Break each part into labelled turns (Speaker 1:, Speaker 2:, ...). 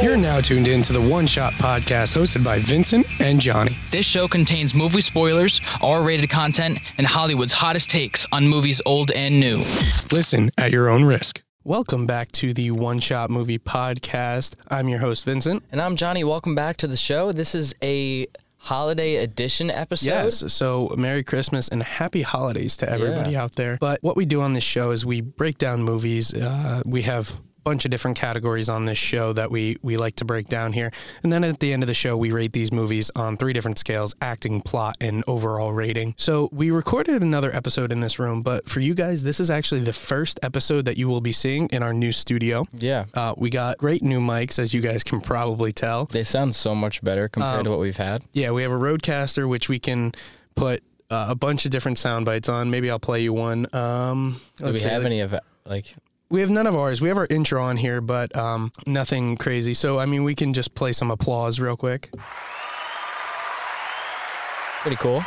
Speaker 1: You're now tuned in to the One Shot Podcast hosted by Vincent and Johnny.
Speaker 2: This show contains movie spoilers, R rated content, and Hollywood's hottest takes on movies old and new.
Speaker 1: Listen at your own risk. Welcome back to the One Shot Movie Podcast. I'm your host, Vincent.
Speaker 2: And I'm Johnny. Welcome back to the show. This is a holiday edition episode.
Speaker 1: Yes. So, Merry Christmas and Happy Holidays to everybody out there. But what we do on this show is we break down movies. Uh, we have a bunch of different categories on this show that we we like to break down here. And then at the end of the show, we rate these movies on three different scales: acting, plot, and overall rating. So, we recorded another episode in this room, but for you guys, this is actually the first episode that you will be seeing in our new studio.
Speaker 3: Yeah.
Speaker 1: Uh, we got great new mics, as you guys can probably tell.
Speaker 3: They sound so much better compared
Speaker 1: Um,
Speaker 3: to what we've had.
Speaker 1: Yeah, we have a Roadcaster, which we can put uh, a bunch of different sound bites on. Maybe I'll play you one. Um,
Speaker 3: Do we
Speaker 1: see,
Speaker 3: have
Speaker 1: like-
Speaker 3: any of like
Speaker 1: We have none of ours. We have our intro on here, but um, nothing crazy. So, I mean, we can just play some applause real quick.
Speaker 3: pretty cool?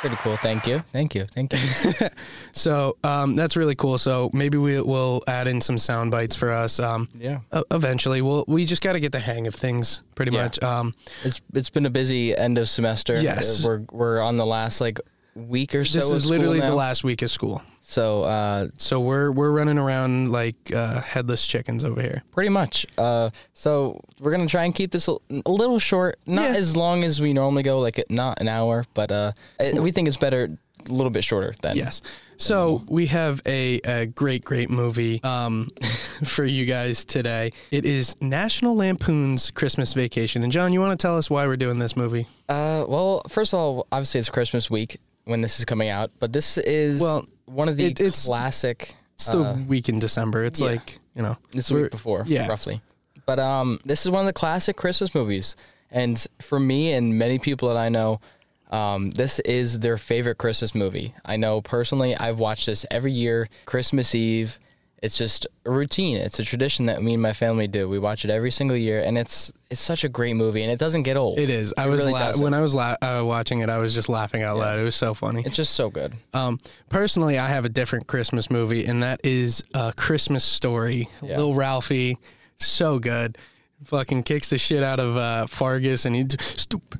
Speaker 3: Pretty cool. Thank you. Thank you. Thank you.
Speaker 1: So, um, that's really cool. So, maybe we will add in some sound bites for us. Um,
Speaker 3: yeah.
Speaker 1: e- Eventually, we'll we just got to get the hang of things, pretty
Speaker 3: Yeah.
Speaker 1: much. Um,
Speaker 3: It's it's been a busy end of semester.
Speaker 1: Yes.
Speaker 3: Uh, We're we're on the last like week or so.
Speaker 1: this
Speaker 3: of
Speaker 1: is
Speaker 3: school
Speaker 1: literally the
Speaker 3: now.
Speaker 1: last week of school,
Speaker 3: So uh
Speaker 1: so we're we're running around like uh, headless chickens over here.
Speaker 3: pretty much. Uh so we're going to try and keep this a a little short, not
Speaker 1: Yeah.
Speaker 3: as long as we normally go like not an hour, but uh I- we think it's better a little bit shorter than
Speaker 1: Yes. So we have a, a great, great movie um, for you guys today. It is National Lampoon's Christmas Vacation. And John, you want to tell us why we're doing this movie?
Speaker 3: Uh, well, first of all, obviously it's Christmas week when this is coming out, but this is
Speaker 1: Well,
Speaker 3: one of the
Speaker 1: it- it's-
Speaker 3: classic.
Speaker 1: It's the week in December. It's like, you know,
Speaker 3: It's the
Speaker 1: we're-
Speaker 3: week before,
Speaker 1: yeah.
Speaker 3: roughly. But um, this is one of the classic Christmas movies, and for me and many people that I know, um, this is their favorite Christmas movie. I know personally, I've watched this every year, Christmas Eve. It's just a routine. It's a tradition that me and my family do. We watch it every single year, and it's it's such a great movie, and it doesn't get old.
Speaker 1: It is. I was
Speaker 3: really
Speaker 1: la-
Speaker 3: doesn't.
Speaker 1: when I was la- uh, watching it. I was just laughing out loud. It was so funny.
Speaker 3: it's just so good.
Speaker 1: Um, personally, I have a different Christmas movie, and that is a Christmas Story.
Speaker 3: Yeah.
Speaker 1: Lil Ralphie, so good. Fucking kicks the shit out of uh, Fargus, and he d- stoop,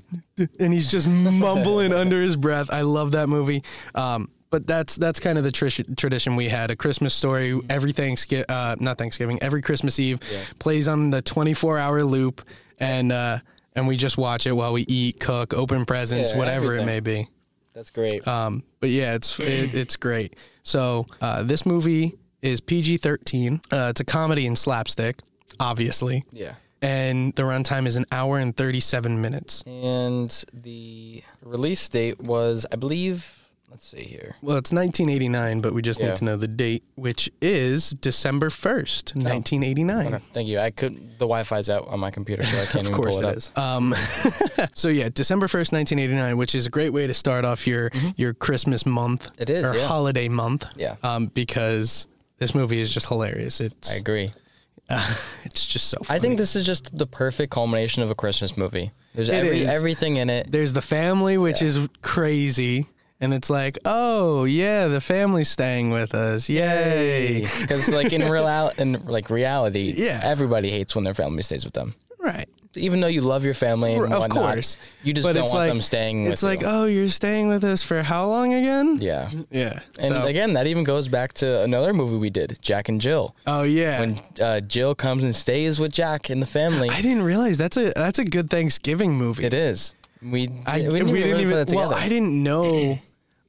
Speaker 1: and he's just mumbling under his breath. I love that movie. Um, but that's that's kind of the trish tradition we had. A Christmas Story every Thanksgiving, uh, not Thanksgiving, every Christmas Eve plays on the twenty four hour loop, and uh, and we just watch it while we eat, cook, open presents,
Speaker 3: Yeah,
Speaker 1: whatever it
Speaker 3: everything.
Speaker 1: may be.
Speaker 3: That's great.
Speaker 1: Um, but yeah, it's it, it's great. So uh, this movie is PG thirteen. Uh, it's a comedy and slapstick, obviously,
Speaker 3: yeah.
Speaker 1: and the runtime is an hour and thirty seven minutes.
Speaker 3: and the release date was, I believe, let's see here.
Speaker 1: Well, it's 1989, but we just
Speaker 3: Yeah.
Speaker 1: need to know the date, which is December 1st, 1989.
Speaker 3: Oh. Okay, thank you. I could. The Wi-Fi's out on my computer, so I can't
Speaker 1: Mm. Of
Speaker 3: even
Speaker 1: course
Speaker 3: pull it,
Speaker 1: it
Speaker 3: up.
Speaker 1: is. Um, so yeah, December 1st, 1989, which is a great way to start off your your Christmas month.
Speaker 3: Mm-hmm. It is,
Speaker 1: Or
Speaker 3: yeah.
Speaker 1: holiday month.
Speaker 3: Yeah.
Speaker 1: Um, because this movie is just hilarious. It's
Speaker 3: I agree.
Speaker 1: It's just so funny.
Speaker 3: I think this is just the perfect culmination of a Christmas movie. There's every,
Speaker 1: is.
Speaker 3: everything in it.
Speaker 1: there's the family, which is crazy. And it's like, oh, yeah, the family's staying with us. Yay.
Speaker 3: Because like in real in like reality,
Speaker 1: Yeah.
Speaker 3: everybody hates when their family stays with them.
Speaker 1: Right.
Speaker 3: Even though you love your family, and
Speaker 1: of
Speaker 3: whatnot,
Speaker 1: course.
Speaker 3: you just
Speaker 1: but
Speaker 3: don't
Speaker 1: it's
Speaker 3: want
Speaker 1: like,
Speaker 3: them staying.
Speaker 1: It's
Speaker 3: with
Speaker 1: like,
Speaker 3: you.
Speaker 1: oh, you're staying with us for how long again?
Speaker 3: yeah.
Speaker 1: Yeah.
Speaker 3: And
Speaker 1: so,
Speaker 3: again, that even goes back to another movie we did, Jack and Jill.
Speaker 1: oh, yeah.
Speaker 3: when uh, Jill comes and stays with Jack and the family.
Speaker 1: I didn't realize that's a that's a good Thanksgiving movie.
Speaker 3: it is. We,
Speaker 1: I,
Speaker 3: we didn't even really put that together.
Speaker 1: well, I didn't know.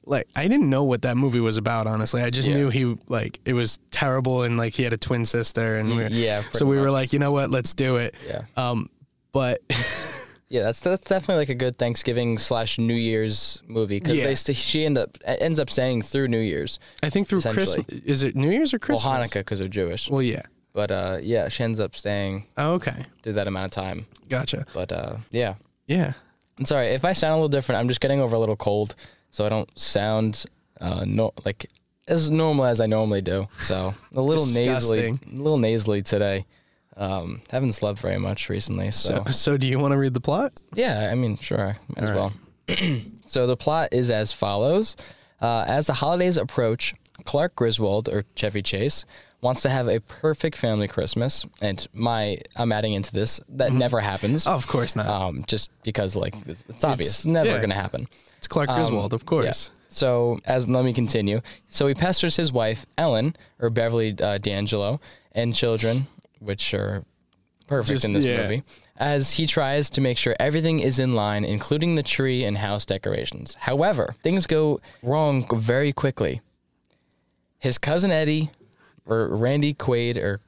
Speaker 1: Like I didn't know what that movie was about. Honestly, I just
Speaker 3: Yeah.
Speaker 1: knew he like it was terrible and like he had a twin sister and we were,
Speaker 3: yeah,
Speaker 1: So
Speaker 3: pretty
Speaker 1: we were
Speaker 3: much.
Speaker 1: like, you know what, let's do it.
Speaker 3: yeah,
Speaker 1: Um, but
Speaker 3: yeah. That's that's definitely like a good Thanksgiving slash New Year's movie because
Speaker 1: Yeah.
Speaker 3: they st- she end up e, ends up staying through New Year's
Speaker 1: I think through Christmas
Speaker 3: Essentially.
Speaker 1: is it New Year's or
Speaker 3: well
Speaker 1: Christmas?
Speaker 3: Hanukkah because they're Jewish.
Speaker 1: Well, yeah.
Speaker 3: But uh, yeah, she ends up staying
Speaker 1: Oh, okay,
Speaker 3: through that amount of time.
Speaker 1: gotcha.
Speaker 3: But uh, yeah,
Speaker 1: Yeah,
Speaker 3: I'm sorry if I sound a little different. I'm just getting over a little cold, so I don't sound uh, no like as normal as I normally do. So a little nasally, a
Speaker 1: Disgusting.
Speaker 3: little nasally today. Um, haven't slept very much recently, so,
Speaker 1: so so do you want to read the plot?
Speaker 3: yeah. I mean, sure, might as well. so the plot is as follows: uh, As the holidays approach, Clark Griswold or Chevy Chase wants to have a perfect family Christmas, and my I'm adding into this that never happens.
Speaker 1: Oh, of course not.
Speaker 3: Um, just because like it's, it's obvious, never
Speaker 1: yeah.
Speaker 3: gonna happen.
Speaker 1: it's Clark Griswold, of course.
Speaker 3: um, Yeah. So as let me continue. So he pesters his wife Ellen or Beverly uh, D'Angelo and children, which are perfect
Speaker 1: Just-
Speaker 3: in this
Speaker 1: yeah.
Speaker 3: movie, as he tries to make sure everything is in line, including the tree and house decorations. However, things go wrong very quickly. His cousin Eddie, or Randy Quaid, or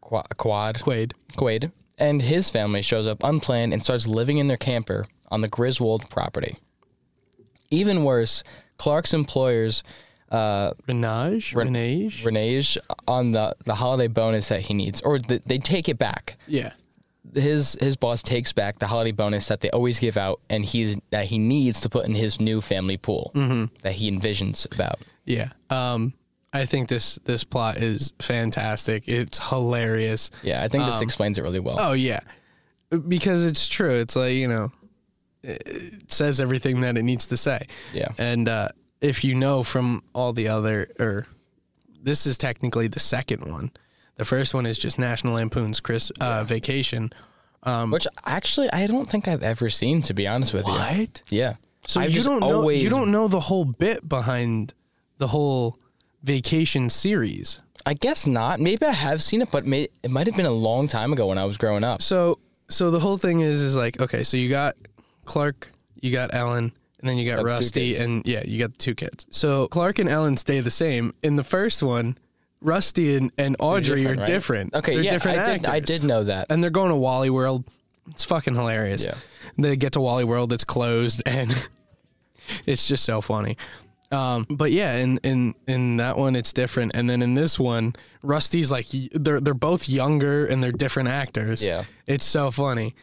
Speaker 3: Qua- Quad,
Speaker 1: Quaid.
Speaker 3: Quaid and his family shows up unplanned and starts living in their camper on the Griswold property. Even worse, Clark's employers uh,
Speaker 1: Renage? Renage?
Speaker 3: renege on the, the holiday bonus that he needs, or th- they take it back.
Speaker 1: Yeah.
Speaker 3: His his boss takes back the holiday bonus that they always give out, and he's that he needs to put in his new family pool
Speaker 1: Mm-hmm.
Speaker 3: that he envisions about.
Speaker 1: Yeah. Um, I think this this plot is fantastic. It's hilarious.
Speaker 3: Yeah, I think this explains it really well.
Speaker 1: Oh yeah, because it's true. It's like you know, it says everything that it needs to say.
Speaker 3: Yeah.
Speaker 1: And uh, if you know from all the other, or this is technically the second one. The first one is just National Lampoon's Chris uh, Vacation. um,
Speaker 3: Which actually, I don't think I've ever seen, to be honest with you.
Speaker 1: What?
Speaker 3: Yeah.
Speaker 1: So
Speaker 3: I've
Speaker 1: you
Speaker 3: just
Speaker 1: don't know.
Speaker 3: always-
Speaker 1: You don't know the whole bit behind the whole vacation series.
Speaker 3: I guess not. Maybe I have seen it, but may, it might have been a long time ago when I was growing up.
Speaker 1: So so the whole thing is is like okay, so you got Clark, you got Ellen, and then you got
Speaker 3: Got the two
Speaker 1: Rusty,
Speaker 3: kids.
Speaker 1: and yeah, you got the two kids. So Clark and Ellen stay the same. In the first one, Rusty and, and Audrey are
Speaker 3: right?
Speaker 1: different.
Speaker 3: Okay,
Speaker 1: They're
Speaker 3: yeah,
Speaker 1: different
Speaker 3: I, did, I
Speaker 1: actors.
Speaker 3: did know that.
Speaker 1: And they're going to Wally World. It's fucking hilarious.
Speaker 3: Yeah.
Speaker 1: They get to Wally World, it's closed, and it's just so funny. Um, but yeah, in, in in that one it's different, and then in this one, Rusty's like y- they're they're both younger and they're different actors.
Speaker 3: Yeah.
Speaker 1: it's so funny.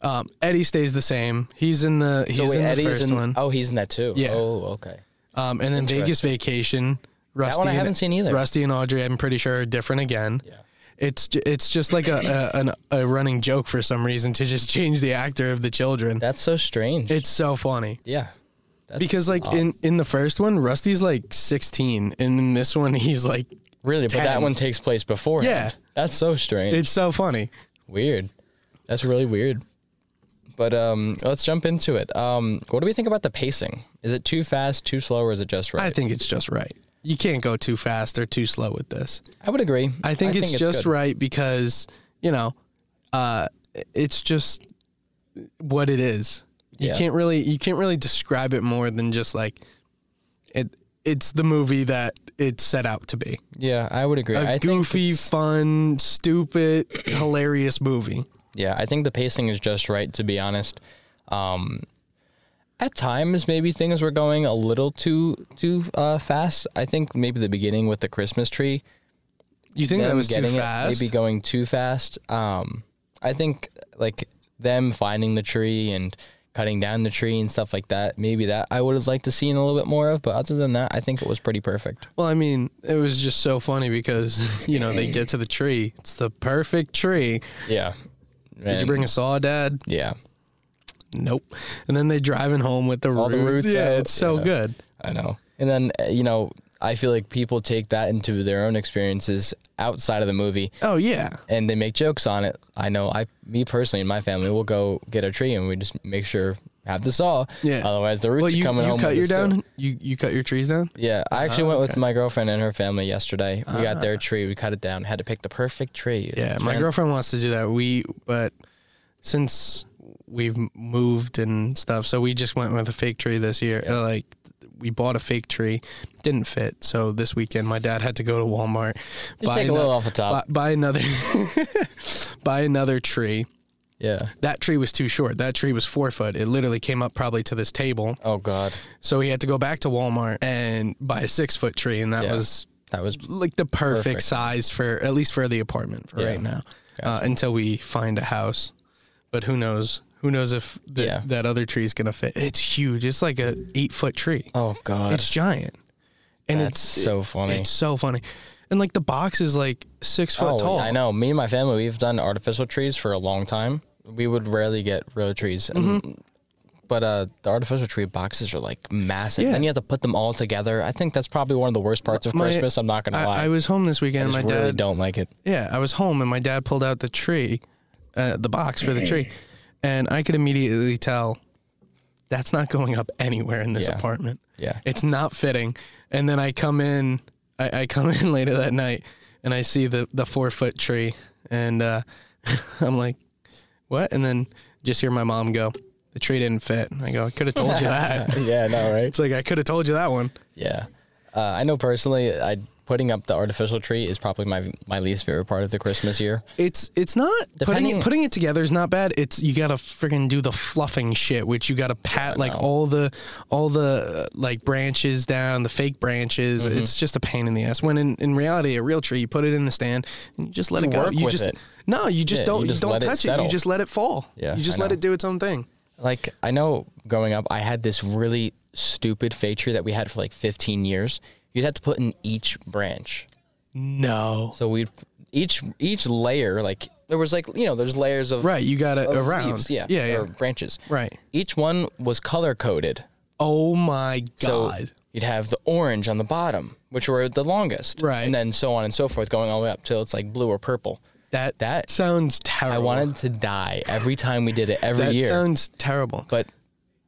Speaker 1: Um, Eddie stays the same. He's in the he's in the first one.
Speaker 3: Oh, he's in that too.
Speaker 1: Yeah.
Speaker 3: Oh, okay.
Speaker 1: Um, and then Vegas Vacation. Rusty
Speaker 3: one I
Speaker 1: and-
Speaker 3: haven't seen either.
Speaker 1: Rusty and Audrey, I'm pretty sure, are different again. Yeah. It's ju- it's just like a a, an, a running joke for some reason to just change the actor of the children.
Speaker 3: That's so strange.
Speaker 1: It's so funny
Speaker 3: yeah. That's
Speaker 1: because like in in the first one, Rusty's like 16, and in this one he's like
Speaker 3: really, but that
Speaker 1: 10.
Speaker 3: one takes place beforehand.
Speaker 1: Yeah.
Speaker 3: That's so strange.
Speaker 1: it's so funny.
Speaker 3: weird. That's really weird. But um, let's jump into it. Um, what do we think about the pacing? Is it too fast, too slow, or is it just right?
Speaker 1: I think it's just right. You can't go too fast or too slow with this.
Speaker 3: I would agree.
Speaker 1: I think it's, just
Speaker 3: good.
Speaker 1: right because you know, uh, it's just what it is. You
Speaker 3: Yeah.
Speaker 1: can't really you can't really describe it more than just like it. It's the movie that it's set out to be.
Speaker 3: Yeah, I would agree.
Speaker 1: A
Speaker 3: I think
Speaker 1: goofy,
Speaker 3: it's-
Speaker 1: fun, stupid, hilarious movie.
Speaker 3: Yeah, I think the pacing is just right, to be honest. Um, at times, maybe things were going a little too too uh, fast. I think maybe the beginning with the Christmas tree,
Speaker 1: You think that
Speaker 3: them
Speaker 1: was too
Speaker 3: getting it
Speaker 1: fast?
Speaker 3: maybe going too fast. Um, I think like them finding the tree and cutting down the tree and stuff like that. Maybe that I would have liked to seen a little bit more of, but other than that, I think it was pretty perfect.
Speaker 1: Well, I mean, it was just so funny because you know they get to the tree. It's the perfect tree.
Speaker 3: Yeah.
Speaker 1: Did you bring a saw, Dad?
Speaker 3: Yeah,
Speaker 1: Nope. And then they driving home with the
Speaker 3: All the roots
Speaker 1: Yeah,
Speaker 3: out,
Speaker 1: it's so
Speaker 3: yeah.
Speaker 1: good.
Speaker 3: I know. And then uh, you know, I feel like people take that into their own experiences outside of the movie.
Speaker 1: Oh yeah.
Speaker 3: and they make jokes on it. I know I me personally and my family will go get a tree and we just make sure have the saw.
Speaker 1: Yeah.
Speaker 3: Otherwise the roots
Speaker 1: Well,
Speaker 3: are
Speaker 1: you,
Speaker 3: coming
Speaker 1: you
Speaker 3: home.
Speaker 1: cut
Speaker 3: with
Speaker 1: your
Speaker 3: us too.
Speaker 1: down. Uh-huh, You you cut your trees down.
Speaker 3: Yeah. I actually went with my girlfriend and her family yesterday. We got their tree, we cut it down, had to pick the perfect tree.
Speaker 1: Uh-huh. Yeah, my
Speaker 3: Fan-
Speaker 1: girlfriend wants to do that. We but since we've moved and stuff, so we just went with a fake tree this year. Uh, Like we bought a fake tree, didn't fit. So this weekend, my dad had to go to Walmart.
Speaker 3: Just take a little
Speaker 1: ano-
Speaker 3: off the top.
Speaker 1: Buy, buy another. buy another tree.
Speaker 3: Yeah.
Speaker 1: That tree was too short. That tree was four foot. It literally came up probably to this table.
Speaker 3: Oh God.
Speaker 1: So he had to go back to Walmart and buy a six foot tree, and that
Speaker 3: Yeah.
Speaker 1: was
Speaker 3: That was
Speaker 1: like the perfect,
Speaker 3: Perfect.
Speaker 1: size for at least for the apartment for
Speaker 3: Yeah.
Speaker 1: right now uh, until we find a house but who knows who knows if the,
Speaker 3: Yeah.
Speaker 1: that other tree is gonna fit it's huge it's like a eight foot tree
Speaker 3: Oh God.
Speaker 1: it's giant and
Speaker 3: That's
Speaker 1: it's
Speaker 3: so funny.
Speaker 1: it's so funny and like the box is like six foot
Speaker 3: oh,
Speaker 1: tall
Speaker 3: I know. Me and my
Speaker 1: Mm-hmm.
Speaker 3: family, we've done artificial trees for a long time. We would rarely get real trees. And But uh, the artificial tree boxes are like massive,
Speaker 1: Yeah.
Speaker 3: and you have to put them all together. I think that's probably one of the worst parts of
Speaker 1: My-
Speaker 3: Christmas. I'm not gonna lie.
Speaker 1: I, I was home this
Speaker 3: I
Speaker 1: weekend.
Speaker 3: just
Speaker 1: my
Speaker 3: really
Speaker 1: dad
Speaker 3: don't like it.
Speaker 1: Yeah, I was home and my dad pulled out the tree, uh, the box for the tree, and I could immediately tell that's not going up anywhere in this
Speaker 3: Yeah.
Speaker 1: apartment.
Speaker 3: Yeah.
Speaker 1: it's not fitting. And then I come in, I, I come in later that night, and I see the the four foot tree, and uh, I'm like, what? And then just hear my mom go, the tree didn't fit. And I go, I could have told you that.
Speaker 3: yeah, no, right?
Speaker 1: It's like I could have told you that one.
Speaker 3: Yeah, uh, I know personally. I putting up the artificial tree is probably my my least favorite part of the Christmas year.
Speaker 1: It's it's not putting
Speaker 3: Depending-
Speaker 1: it, putting it together is not bad. It's you gotta freaking do the fluffing shit, which you gotta pat like all the all the uh, like branches down, the fake branches.
Speaker 3: Mm-hmm.
Speaker 1: It's just a pain in the ass. When in, in reality, a real tree, you put it in the stand and you just let it go.
Speaker 3: work
Speaker 1: you
Speaker 3: with
Speaker 1: just
Speaker 3: it.
Speaker 1: no, you just
Speaker 3: Yeah,
Speaker 1: don't
Speaker 3: you
Speaker 1: you,
Speaker 3: just
Speaker 1: don't
Speaker 3: let it
Speaker 1: touch it,
Speaker 3: settle.
Speaker 1: You just let it fall.
Speaker 3: Yeah,
Speaker 1: you just
Speaker 3: I
Speaker 1: let
Speaker 3: know.
Speaker 1: it do its own thing.
Speaker 3: Like I know growing up, I had this really stupid fake tree that we had for like 15 years. You'd have to put in each branch.
Speaker 1: No,
Speaker 3: So we would each each layer like there was like you know there's layers of
Speaker 1: right? You got it
Speaker 3: of
Speaker 1: around.
Speaker 3: leaves, yeah
Speaker 1: yeah,
Speaker 3: or
Speaker 1: yeah.
Speaker 3: branches
Speaker 1: Right.
Speaker 3: Each one was color coded.
Speaker 1: Oh my
Speaker 3: So
Speaker 1: god.
Speaker 3: you'd have the orange on the bottom, which were the longest,
Speaker 1: Right.
Speaker 3: And then so on and so forth, going all the way up till it's like blue or purple.
Speaker 1: that
Speaker 3: that-
Speaker 1: sounds terrible.
Speaker 3: I wanted to die every time we did it every
Speaker 1: that
Speaker 3: year,
Speaker 1: sounds terrible.
Speaker 3: but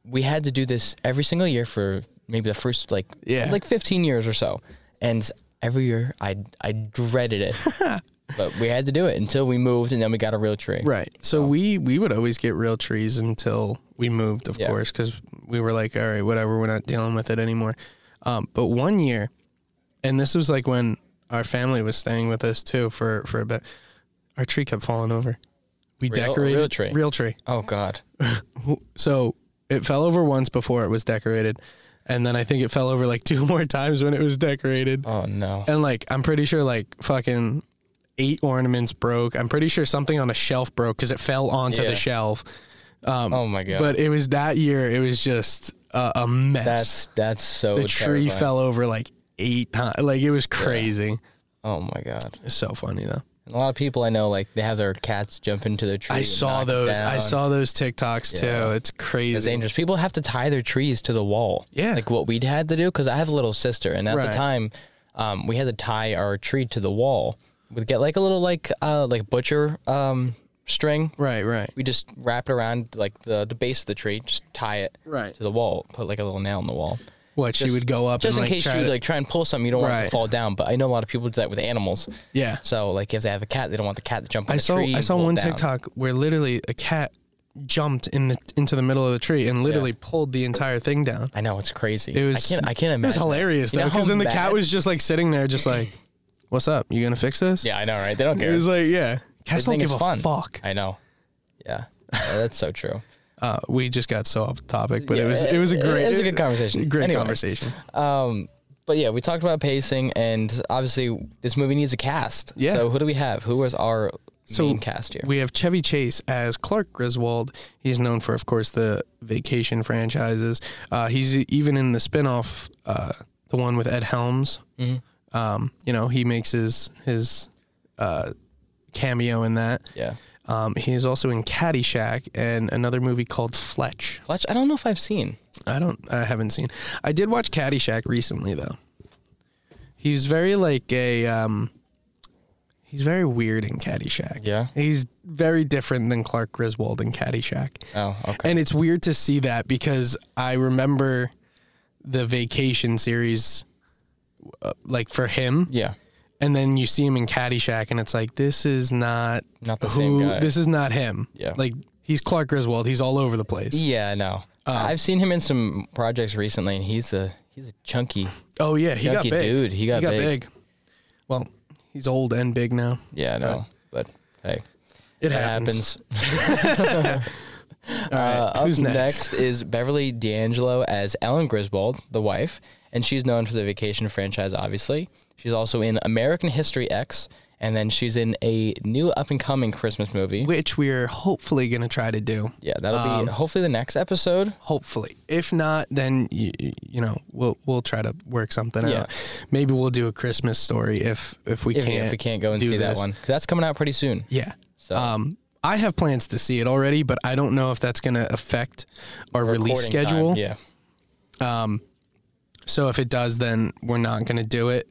Speaker 3: we had to do this every single year for maybe the first like
Speaker 1: Yeah.
Speaker 3: like 15 years or so, and every year I I dreaded it, but we had to do it until we moved and then we got a real tree.
Speaker 1: Right. So we we would always get real trees until we moved, of
Speaker 3: Yeah.
Speaker 1: course, because we were like, all right, whatever, we're not dealing with it anymore. Um, but one year, and this was like when our family was staying with us too for for a bit. Our tree kept falling over. We
Speaker 3: Real- a real
Speaker 1: decorated
Speaker 3: tree?
Speaker 1: Real tree.
Speaker 3: Oh God.
Speaker 1: So it fell over once before it was decorated, and then I think it fell over like two more times when it was decorated.
Speaker 3: Oh no.
Speaker 1: And like, I'm pretty sure like fucking eight ornaments broke. I'm pretty sure something on a shelf broke because it fell onto
Speaker 3: Yeah.
Speaker 1: the shelf.
Speaker 3: oh my God.
Speaker 1: Um, But it was that year. It was just a, a mess.
Speaker 3: that's that's so
Speaker 1: the tree
Speaker 3: terrifying.
Speaker 1: fell over like eight times. Like it was crazy.
Speaker 3: Oh my God.
Speaker 1: It's so funny though.
Speaker 3: And a lot of people I know, like they have their cats jump into their tree.
Speaker 1: I
Speaker 3: and
Speaker 1: saw
Speaker 3: knock it
Speaker 1: those. I
Speaker 3: down.
Speaker 1: saw those TikToks too. It's
Speaker 3: It's
Speaker 1: crazy.
Speaker 3: dangerous. People have to tie their trees to the wall.
Speaker 1: Yeah.
Speaker 3: like what we had to do because I have a little sister, and at the
Speaker 1: Right.
Speaker 3: time, um, we had to tie our tree to the wall. We'd get like a little like uh like butcher um string.
Speaker 1: Right, right.
Speaker 3: We just wrap it around like the the base of the tree, just tie it
Speaker 1: Right.
Speaker 3: to the wall, put like a little nail in the wall.
Speaker 1: What she
Speaker 3: Just-
Speaker 1: would go up
Speaker 3: just
Speaker 1: and
Speaker 3: in
Speaker 1: like,
Speaker 3: case
Speaker 1: try
Speaker 3: you would
Speaker 1: to-
Speaker 3: like try and pull something, you don't want it to
Speaker 1: Right.
Speaker 3: fall down. But I know a lot of people do that with animals.
Speaker 1: yeah.
Speaker 3: So like if they have a cat, they don't want the cat to jump on
Speaker 1: I
Speaker 3: the
Speaker 1: saw
Speaker 3: tree.
Speaker 1: I
Speaker 3: and
Speaker 1: saw
Speaker 3: roll
Speaker 1: one
Speaker 3: down.
Speaker 1: TikTok where literally a cat jumped in the into the middle of the tree and literally pulled the entire thing down.
Speaker 3: I know it's crazy.
Speaker 1: It was
Speaker 3: I can't. I can't imagine.
Speaker 1: It was hilarious
Speaker 3: You
Speaker 1: though,
Speaker 3: know
Speaker 1: because
Speaker 3: how
Speaker 1: then the
Speaker 3: bad-
Speaker 1: cat was just like sitting there, just like, "What's up? You gonna fix this?"
Speaker 3: Yeah, I know, right? They don't
Speaker 1: It
Speaker 3: care.
Speaker 1: was like, yeah, cats
Speaker 3: They
Speaker 1: don't
Speaker 3: think
Speaker 1: give
Speaker 3: it's
Speaker 1: a
Speaker 3: fun.
Speaker 1: fuck.
Speaker 3: I know. Yeah, Yeah, that's so true.
Speaker 1: Uh, we just got so off topic, but it
Speaker 3: Yeah,
Speaker 1: was it was a
Speaker 3: it-
Speaker 1: great
Speaker 3: it was a good conversation.
Speaker 1: Great
Speaker 3: Anyway.
Speaker 1: conversation.
Speaker 3: Um, but yeah, we talked about pacing, and obviously this movie needs a cast.
Speaker 1: Yeah.
Speaker 3: So who do we have? Who was our
Speaker 1: So
Speaker 3: main cast here?
Speaker 1: We have Chevy Chase as Clark Griswold. He's known for, of course, the Vacation franchises. Uh, he's even in the spinoff, uh, the one with Ed Helms.
Speaker 3: Mm-hmm.
Speaker 1: Um, you know, he makes his his uh, cameo in that.
Speaker 3: yeah.
Speaker 1: Um, he is also in Caddyshack and another movie called Fletch.
Speaker 3: Fletch. I don't know if I've seen.
Speaker 1: I don't, I haven't seen. I did watch Caddyshack recently though. He's very like a, um, he's very weird in Caddyshack.
Speaker 3: Yeah?
Speaker 1: he's very different than Clark Griswold in Caddyshack,
Speaker 3: Oh, okay.
Speaker 1: and it's weird to see that because I remember the Vacation series, uh, like for him,
Speaker 3: yeah.
Speaker 1: and then you see him in Caddyshack, and it's like this is not
Speaker 3: Not the
Speaker 1: who
Speaker 3: same guy.
Speaker 1: this is not him.
Speaker 3: Yeah.
Speaker 1: like he's Clark Griswold. He's all over the place.
Speaker 3: Yeah. No.
Speaker 1: Uh,
Speaker 3: I've seen him in some projects recently, and he's a he's a chunky.
Speaker 1: Oh yeah, he got
Speaker 3: Yucky
Speaker 1: big.
Speaker 3: dude, he got big.
Speaker 1: Well, he's old and big now.
Speaker 3: Yeah. No. But hey,
Speaker 1: Uh, It
Speaker 3: that
Speaker 1: happens.
Speaker 3: happens.
Speaker 1: All right,
Speaker 3: Uh,
Speaker 1: who's
Speaker 3: up
Speaker 1: next?
Speaker 3: next? is Beverly D'Angelo as Ellen Griswold, the wife, and she's known for the Vacation franchise, obviously. She's also in American History X, and then she's in a new up and coming Christmas movie.
Speaker 1: Which we are hopefully going to try to do.
Speaker 3: yeah, that'll
Speaker 1: um,
Speaker 3: be hopefully the next episode.
Speaker 1: Hopefully, if not, then you, you know we'll we'll try to work something
Speaker 3: Yeah.
Speaker 1: out. Maybe we'll do a Christmas story if if we
Speaker 3: If,
Speaker 1: can't
Speaker 3: if we can't go and
Speaker 1: do
Speaker 3: see that
Speaker 1: this.
Speaker 3: one, 'Cause that's coming out pretty soon.
Speaker 1: Yeah.
Speaker 3: So-
Speaker 1: Um, I have plans to see it already, but I don't know if that's going to affect our release
Speaker 3: Recording time,
Speaker 1: schedule.
Speaker 3: Yeah.
Speaker 1: So if it does, then we're not going to do it.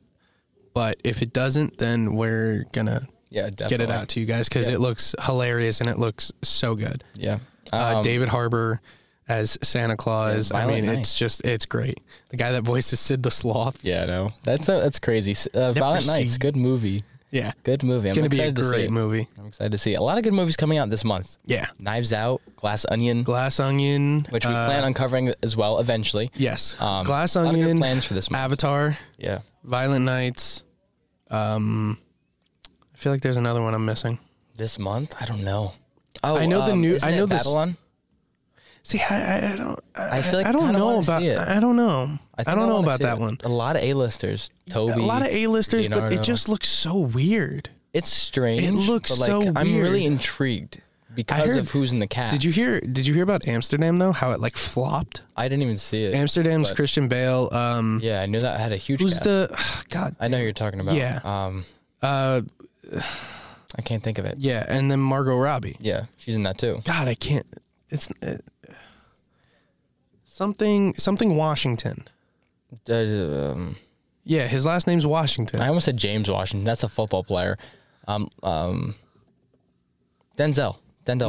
Speaker 1: But if it doesn't, then we're going to
Speaker 3: Yeah, definitely.
Speaker 1: get it out to you guys because it looks hilarious and it looks so good.
Speaker 3: Yeah.
Speaker 1: Uh,
Speaker 3: Um,
Speaker 1: David Harbour as Santa Claus. I
Speaker 3: Violent
Speaker 1: mean,
Speaker 3: Night.
Speaker 1: it's just, it's great. The guy that voices Sid the Sloth.
Speaker 3: yeah, no. That's a, that's crazy. S- Uh, Violent Nights,
Speaker 1: seen-
Speaker 3: good movie.
Speaker 1: Yeah.
Speaker 3: Good movie. I'm
Speaker 1: Going to be a
Speaker 3: excited to see
Speaker 1: great
Speaker 3: it.
Speaker 1: movie.
Speaker 3: I'm excited to see it. A lot of good movies coming out this month.
Speaker 1: Yeah.
Speaker 3: Knives Out, Glass Onion,
Speaker 1: Glass Onion.
Speaker 3: which we
Speaker 1: uh,
Speaker 3: plan on covering as well eventually.
Speaker 1: Yes.
Speaker 3: Um,
Speaker 1: Glass
Speaker 3: a lot of good
Speaker 1: Onion. Uh,
Speaker 3: plans for this month.
Speaker 1: Avatar.
Speaker 3: Yeah.
Speaker 1: Violent Nights. Um, I feel like there's another one I'm missing.
Speaker 3: This month? I don't know. Oh,
Speaker 1: I know the
Speaker 3: um,
Speaker 1: new-
Speaker 3: isn't
Speaker 1: I know
Speaker 3: it
Speaker 1: this-
Speaker 3: Babylon.
Speaker 1: See, I, I- I don't. I,
Speaker 3: I feel like
Speaker 1: I
Speaker 3: I
Speaker 1: don't
Speaker 3: kinda
Speaker 1: know
Speaker 3: wanna
Speaker 1: about.
Speaker 3: see it.
Speaker 1: I don't know. I,
Speaker 3: think
Speaker 1: don't know
Speaker 3: wanna
Speaker 1: about
Speaker 3: see
Speaker 1: that
Speaker 3: it.
Speaker 1: one.
Speaker 3: A lot of A-listers. Toby.
Speaker 1: A lot of A-listers, but
Speaker 3: Leonardo.
Speaker 1: it just looks so weird.
Speaker 3: It's strange.
Speaker 1: It looks
Speaker 3: but like,
Speaker 1: so
Speaker 3: I'm really
Speaker 1: weird.
Speaker 3: intrigued because
Speaker 1: heard-
Speaker 3: of who's in the cast.
Speaker 1: Did you hear? Did you hear about Amsterdam though? How it like flopped.
Speaker 3: I didn't even see it.
Speaker 1: Amsterdam's
Speaker 3: but-
Speaker 1: Christian Bale. Um,
Speaker 3: yeah, I knew that had a huge.
Speaker 1: who's
Speaker 3: cast.
Speaker 1: the? God.
Speaker 3: I know who you're talking about.
Speaker 1: Yeah.
Speaker 3: Um,
Speaker 1: Uh,
Speaker 3: I can't think of it.
Speaker 1: yeah, and then Margot Robbie.
Speaker 3: Yeah, she's in that too.
Speaker 1: God, I can't. It's uh, something something Washington.
Speaker 3: Uh, um,
Speaker 1: Yeah, his last name's Washington.
Speaker 3: I almost said James Washington. That's a football player. Um, um, Denzel. Denzel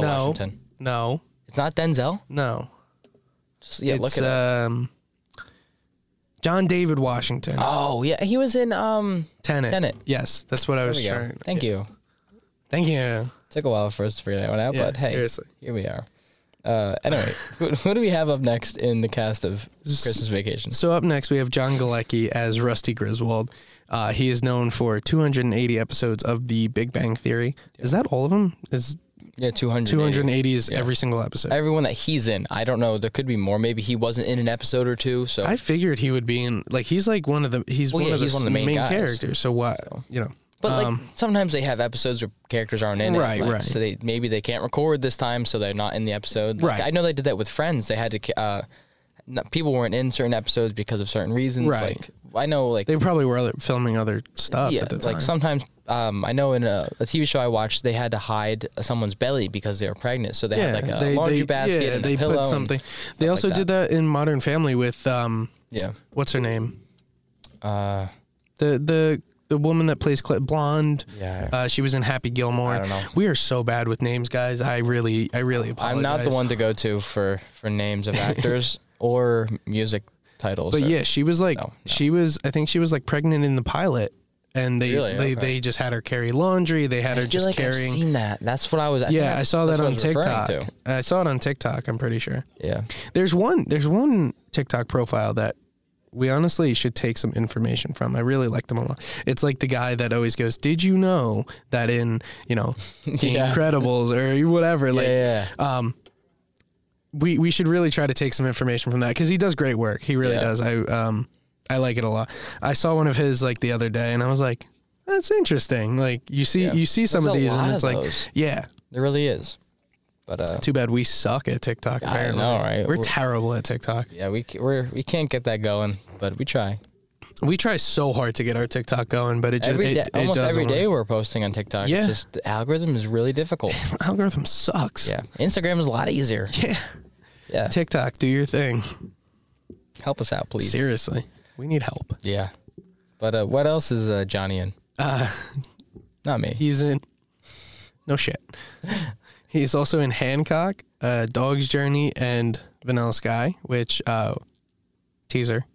Speaker 1: no,
Speaker 3: Washington.
Speaker 1: no,
Speaker 3: It's not Denzel.
Speaker 1: no.
Speaker 3: Just- yeah, look
Speaker 1: it's
Speaker 3: at it.
Speaker 1: um, John David Washington.
Speaker 3: Oh yeah, he was in. Um,
Speaker 1: Tenet.
Speaker 3: Tenet.
Speaker 1: Yes, that's what I
Speaker 3: there
Speaker 1: was
Speaker 3: we go.
Speaker 1: trying.
Speaker 3: Thank you.
Speaker 1: Thank you.
Speaker 3: Took a while for us to figure that one out,
Speaker 1: Yeah,
Speaker 3: but hey,
Speaker 1: seriously.
Speaker 3: here we are. Uh, anyway, who, who do we have up next in the cast of Christmas Vacation?
Speaker 1: So up next we have John Galecki as Rusty Griswold. Uh, he is known for 280 episodes of The Big Bang Theory. Is that all of them? Is
Speaker 3: Yeah, 200.
Speaker 1: 280 is every single episode?
Speaker 3: Everyone that he's in, I don't know. There could be more. Maybe he wasn't in an episode or two. So
Speaker 1: I figured he would be in like he's like one of the he's,
Speaker 3: Well,
Speaker 1: one,
Speaker 3: yeah,
Speaker 1: of the
Speaker 3: he's one of
Speaker 1: s-
Speaker 3: the main
Speaker 1: main,
Speaker 3: guys.
Speaker 1: characters. So what you know? Um,
Speaker 3: But like sometimes they have episodes where characters aren't in
Speaker 1: Right,
Speaker 3: it, like,
Speaker 1: right.
Speaker 3: So they maybe they can't record this time, so they're not in the episode. Like,
Speaker 1: Right.
Speaker 3: I know they did that with Friends. They had to. ca- Uh, n people weren't in certain episodes because of certain reasons.
Speaker 1: Right.
Speaker 3: Like I know, like
Speaker 1: they probably were other, filming other stuff
Speaker 3: yeah,
Speaker 1: at the time.
Speaker 3: like sometimes um, I know in a, a TV show I watched, they had to hide someone's belly because they were pregnant. So they
Speaker 1: yeah,
Speaker 3: had like a
Speaker 1: they,
Speaker 3: laundry
Speaker 1: they,
Speaker 3: basket
Speaker 1: yeah,
Speaker 3: and
Speaker 1: they
Speaker 3: a pillow.
Speaker 1: put
Speaker 3: and-
Speaker 1: something. They also
Speaker 3: that.
Speaker 1: did that in Modern Family with um,
Speaker 3: yeah.
Speaker 1: what's her name?
Speaker 3: Uh,
Speaker 1: The the the woman that plays Cl- blonde.
Speaker 3: Yeah.
Speaker 1: Uh, she was in Happy Gilmore.
Speaker 3: I don't know.
Speaker 1: We are so bad with names, guys. I really, I really apologize.
Speaker 3: I'm not the one to go to for for names of actors or music titles.
Speaker 1: But
Speaker 3: or-
Speaker 1: yeah, she was like
Speaker 3: No, no.
Speaker 1: she was I think she was like pregnant in the pilot and they
Speaker 3: Really?
Speaker 1: they,
Speaker 3: Okay.
Speaker 1: they just had her carry laundry, they had
Speaker 3: I
Speaker 1: her
Speaker 3: feel
Speaker 1: just
Speaker 3: like I've
Speaker 1: carrying
Speaker 3: seen that. That's what I was. I think
Speaker 1: Yeah, I saw
Speaker 3: that's
Speaker 1: that
Speaker 3: what
Speaker 1: on
Speaker 3: was referring
Speaker 1: TikTok.
Speaker 3: to.
Speaker 1: I saw it on TikTok, I'm pretty sure.
Speaker 3: Yeah,
Speaker 1: There's one there's one TikTok profile that we honestly should take some information from. I really like them a lot. It's like the guy that always goes, "Did you know that in, you know, The
Speaker 3: Yeah.
Speaker 1: Incredibles or whatever like
Speaker 3: yeah, yeah.
Speaker 1: we we should really try to take some information from that because he does great work. He really
Speaker 3: Yeah.
Speaker 1: does. I um I like it a lot. I saw one of his like the other day, and I was like, that's interesting. Like you see
Speaker 3: Yeah.
Speaker 1: you see some of
Speaker 3: There's a
Speaker 1: these,
Speaker 3: lot
Speaker 1: and
Speaker 3: of
Speaker 1: it's like,
Speaker 3: those.
Speaker 1: yeah.
Speaker 3: There really is. But uh,
Speaker 1: Too bad we suck at TikTok.
Speaker 3: I
Speaker 1: Apparently,
Speaker 3: know, right?
Speaker 1: We're
Speaker 3: We're-
Speaker 1: terrible at TikTok.
Speaker 3: yeah, we c- we're, we can't get that going, but we try.
Speaker 1: We try so hard to get our TikTok going, but it just
Speaker 3: Every
Speaker 1: it,
Speaker 3: day,
Speaker 1: it
Speaker 3: almost
Speaker 1: doesn't
Speaker 3: every day
Speaker 1: work.
Speaker 3: we're posting on TikTok.
Speaker 1: Yeah.
Speaker 3: It's just the algorithm is really difficult.
Speaker 1: algorithm sucks.
Speaker 3: yeah, Instagram is a lot easier.
Speaker 1: yeah.
Speaker 3: Yeah,
Speaker 1: TikTok, do your thing.
Speaker 3: help us out, please.
Speaker 1: Seriously, we need help.
Speaker 3: Yeah, but uh, what else is uh, Johnny in?
Speaker 1: Uh,
Speaker 3: Not me.
Speaker 1: He's in. No shit. He's also in Hancock, uh, Dog's Journey, and Vanilla Sky, which uh, teaser.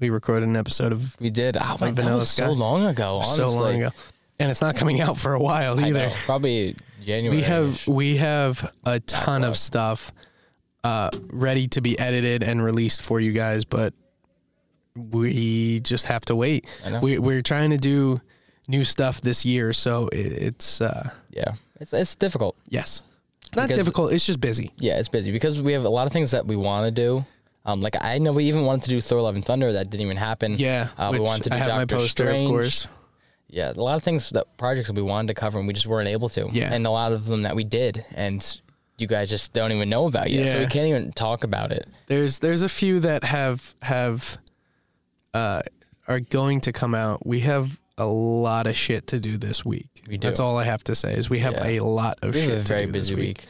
Speaker 1: We recorded an episode of
Speaker 3: We did. Oh, my, that
Speaker 1: Ah, Vanilla
Speaker 3: was
Speaker 1: Sky.
Speaker 3: so long ago. Honestly.
Speaker 1: so long ago, and it's not coming out for a while
Speaker 3: I
Speaker 1: either.
Speaker 3: know, probably January.
Speaker 1: We have we have a ton of stuff uh, ready to be edited and released for you guys, but we just have to wait.
Speaker 3: I know.
Speaker 1: We, we're trying to do new stuff this year, so it, it's uh,
Speaker 3: Yeah, it's it's difficult.
Speaker 1: Yes. Not
Speaker 3: Because-
Speaker 1: difficult. It's just busy.
Speaker 3: Yeah, it's busy because we have a lot of things that we want to do. Um, like I know we even wanted to do Thor: Love and Thunder that didn't even happen.
Speaker 1: Yeah.
Speaker 3: uh, we
Speaker 1: which
Speaker 3: wanted to do
Speaker 1: I have
Speaker 3: Doctor
Speaker 1: my poster,
Speaker 3: Strange.
Speaker 1: of course.
Speaker 3: Yeah, a lot of things that projects that we wanted to cover and we just weren't able to.
Speaker 1: Yeah.
Speaker 3: and a lot of them that we did and you guys just don't even know about yet, so we
Speaker 1: Yeah. Oh,
Speaker 3: can't even talk about it.
Speaker 1: There's there's a few that have have uh are going to come out. We have a lot of shit to do this week.
Speaker 3: We do.
Speaker 1: That's all I have to say is we have
Speaker 3: Yeah.
Speaker 1: a lot of
Speaker 3: We
Speaker 1: shit
Speaker 3: have a
Speaker 1: to
Speaker 3: very
Speaker 1: do this
Speaker 3: busy
Speaker 1: week.
Speaker 3: week.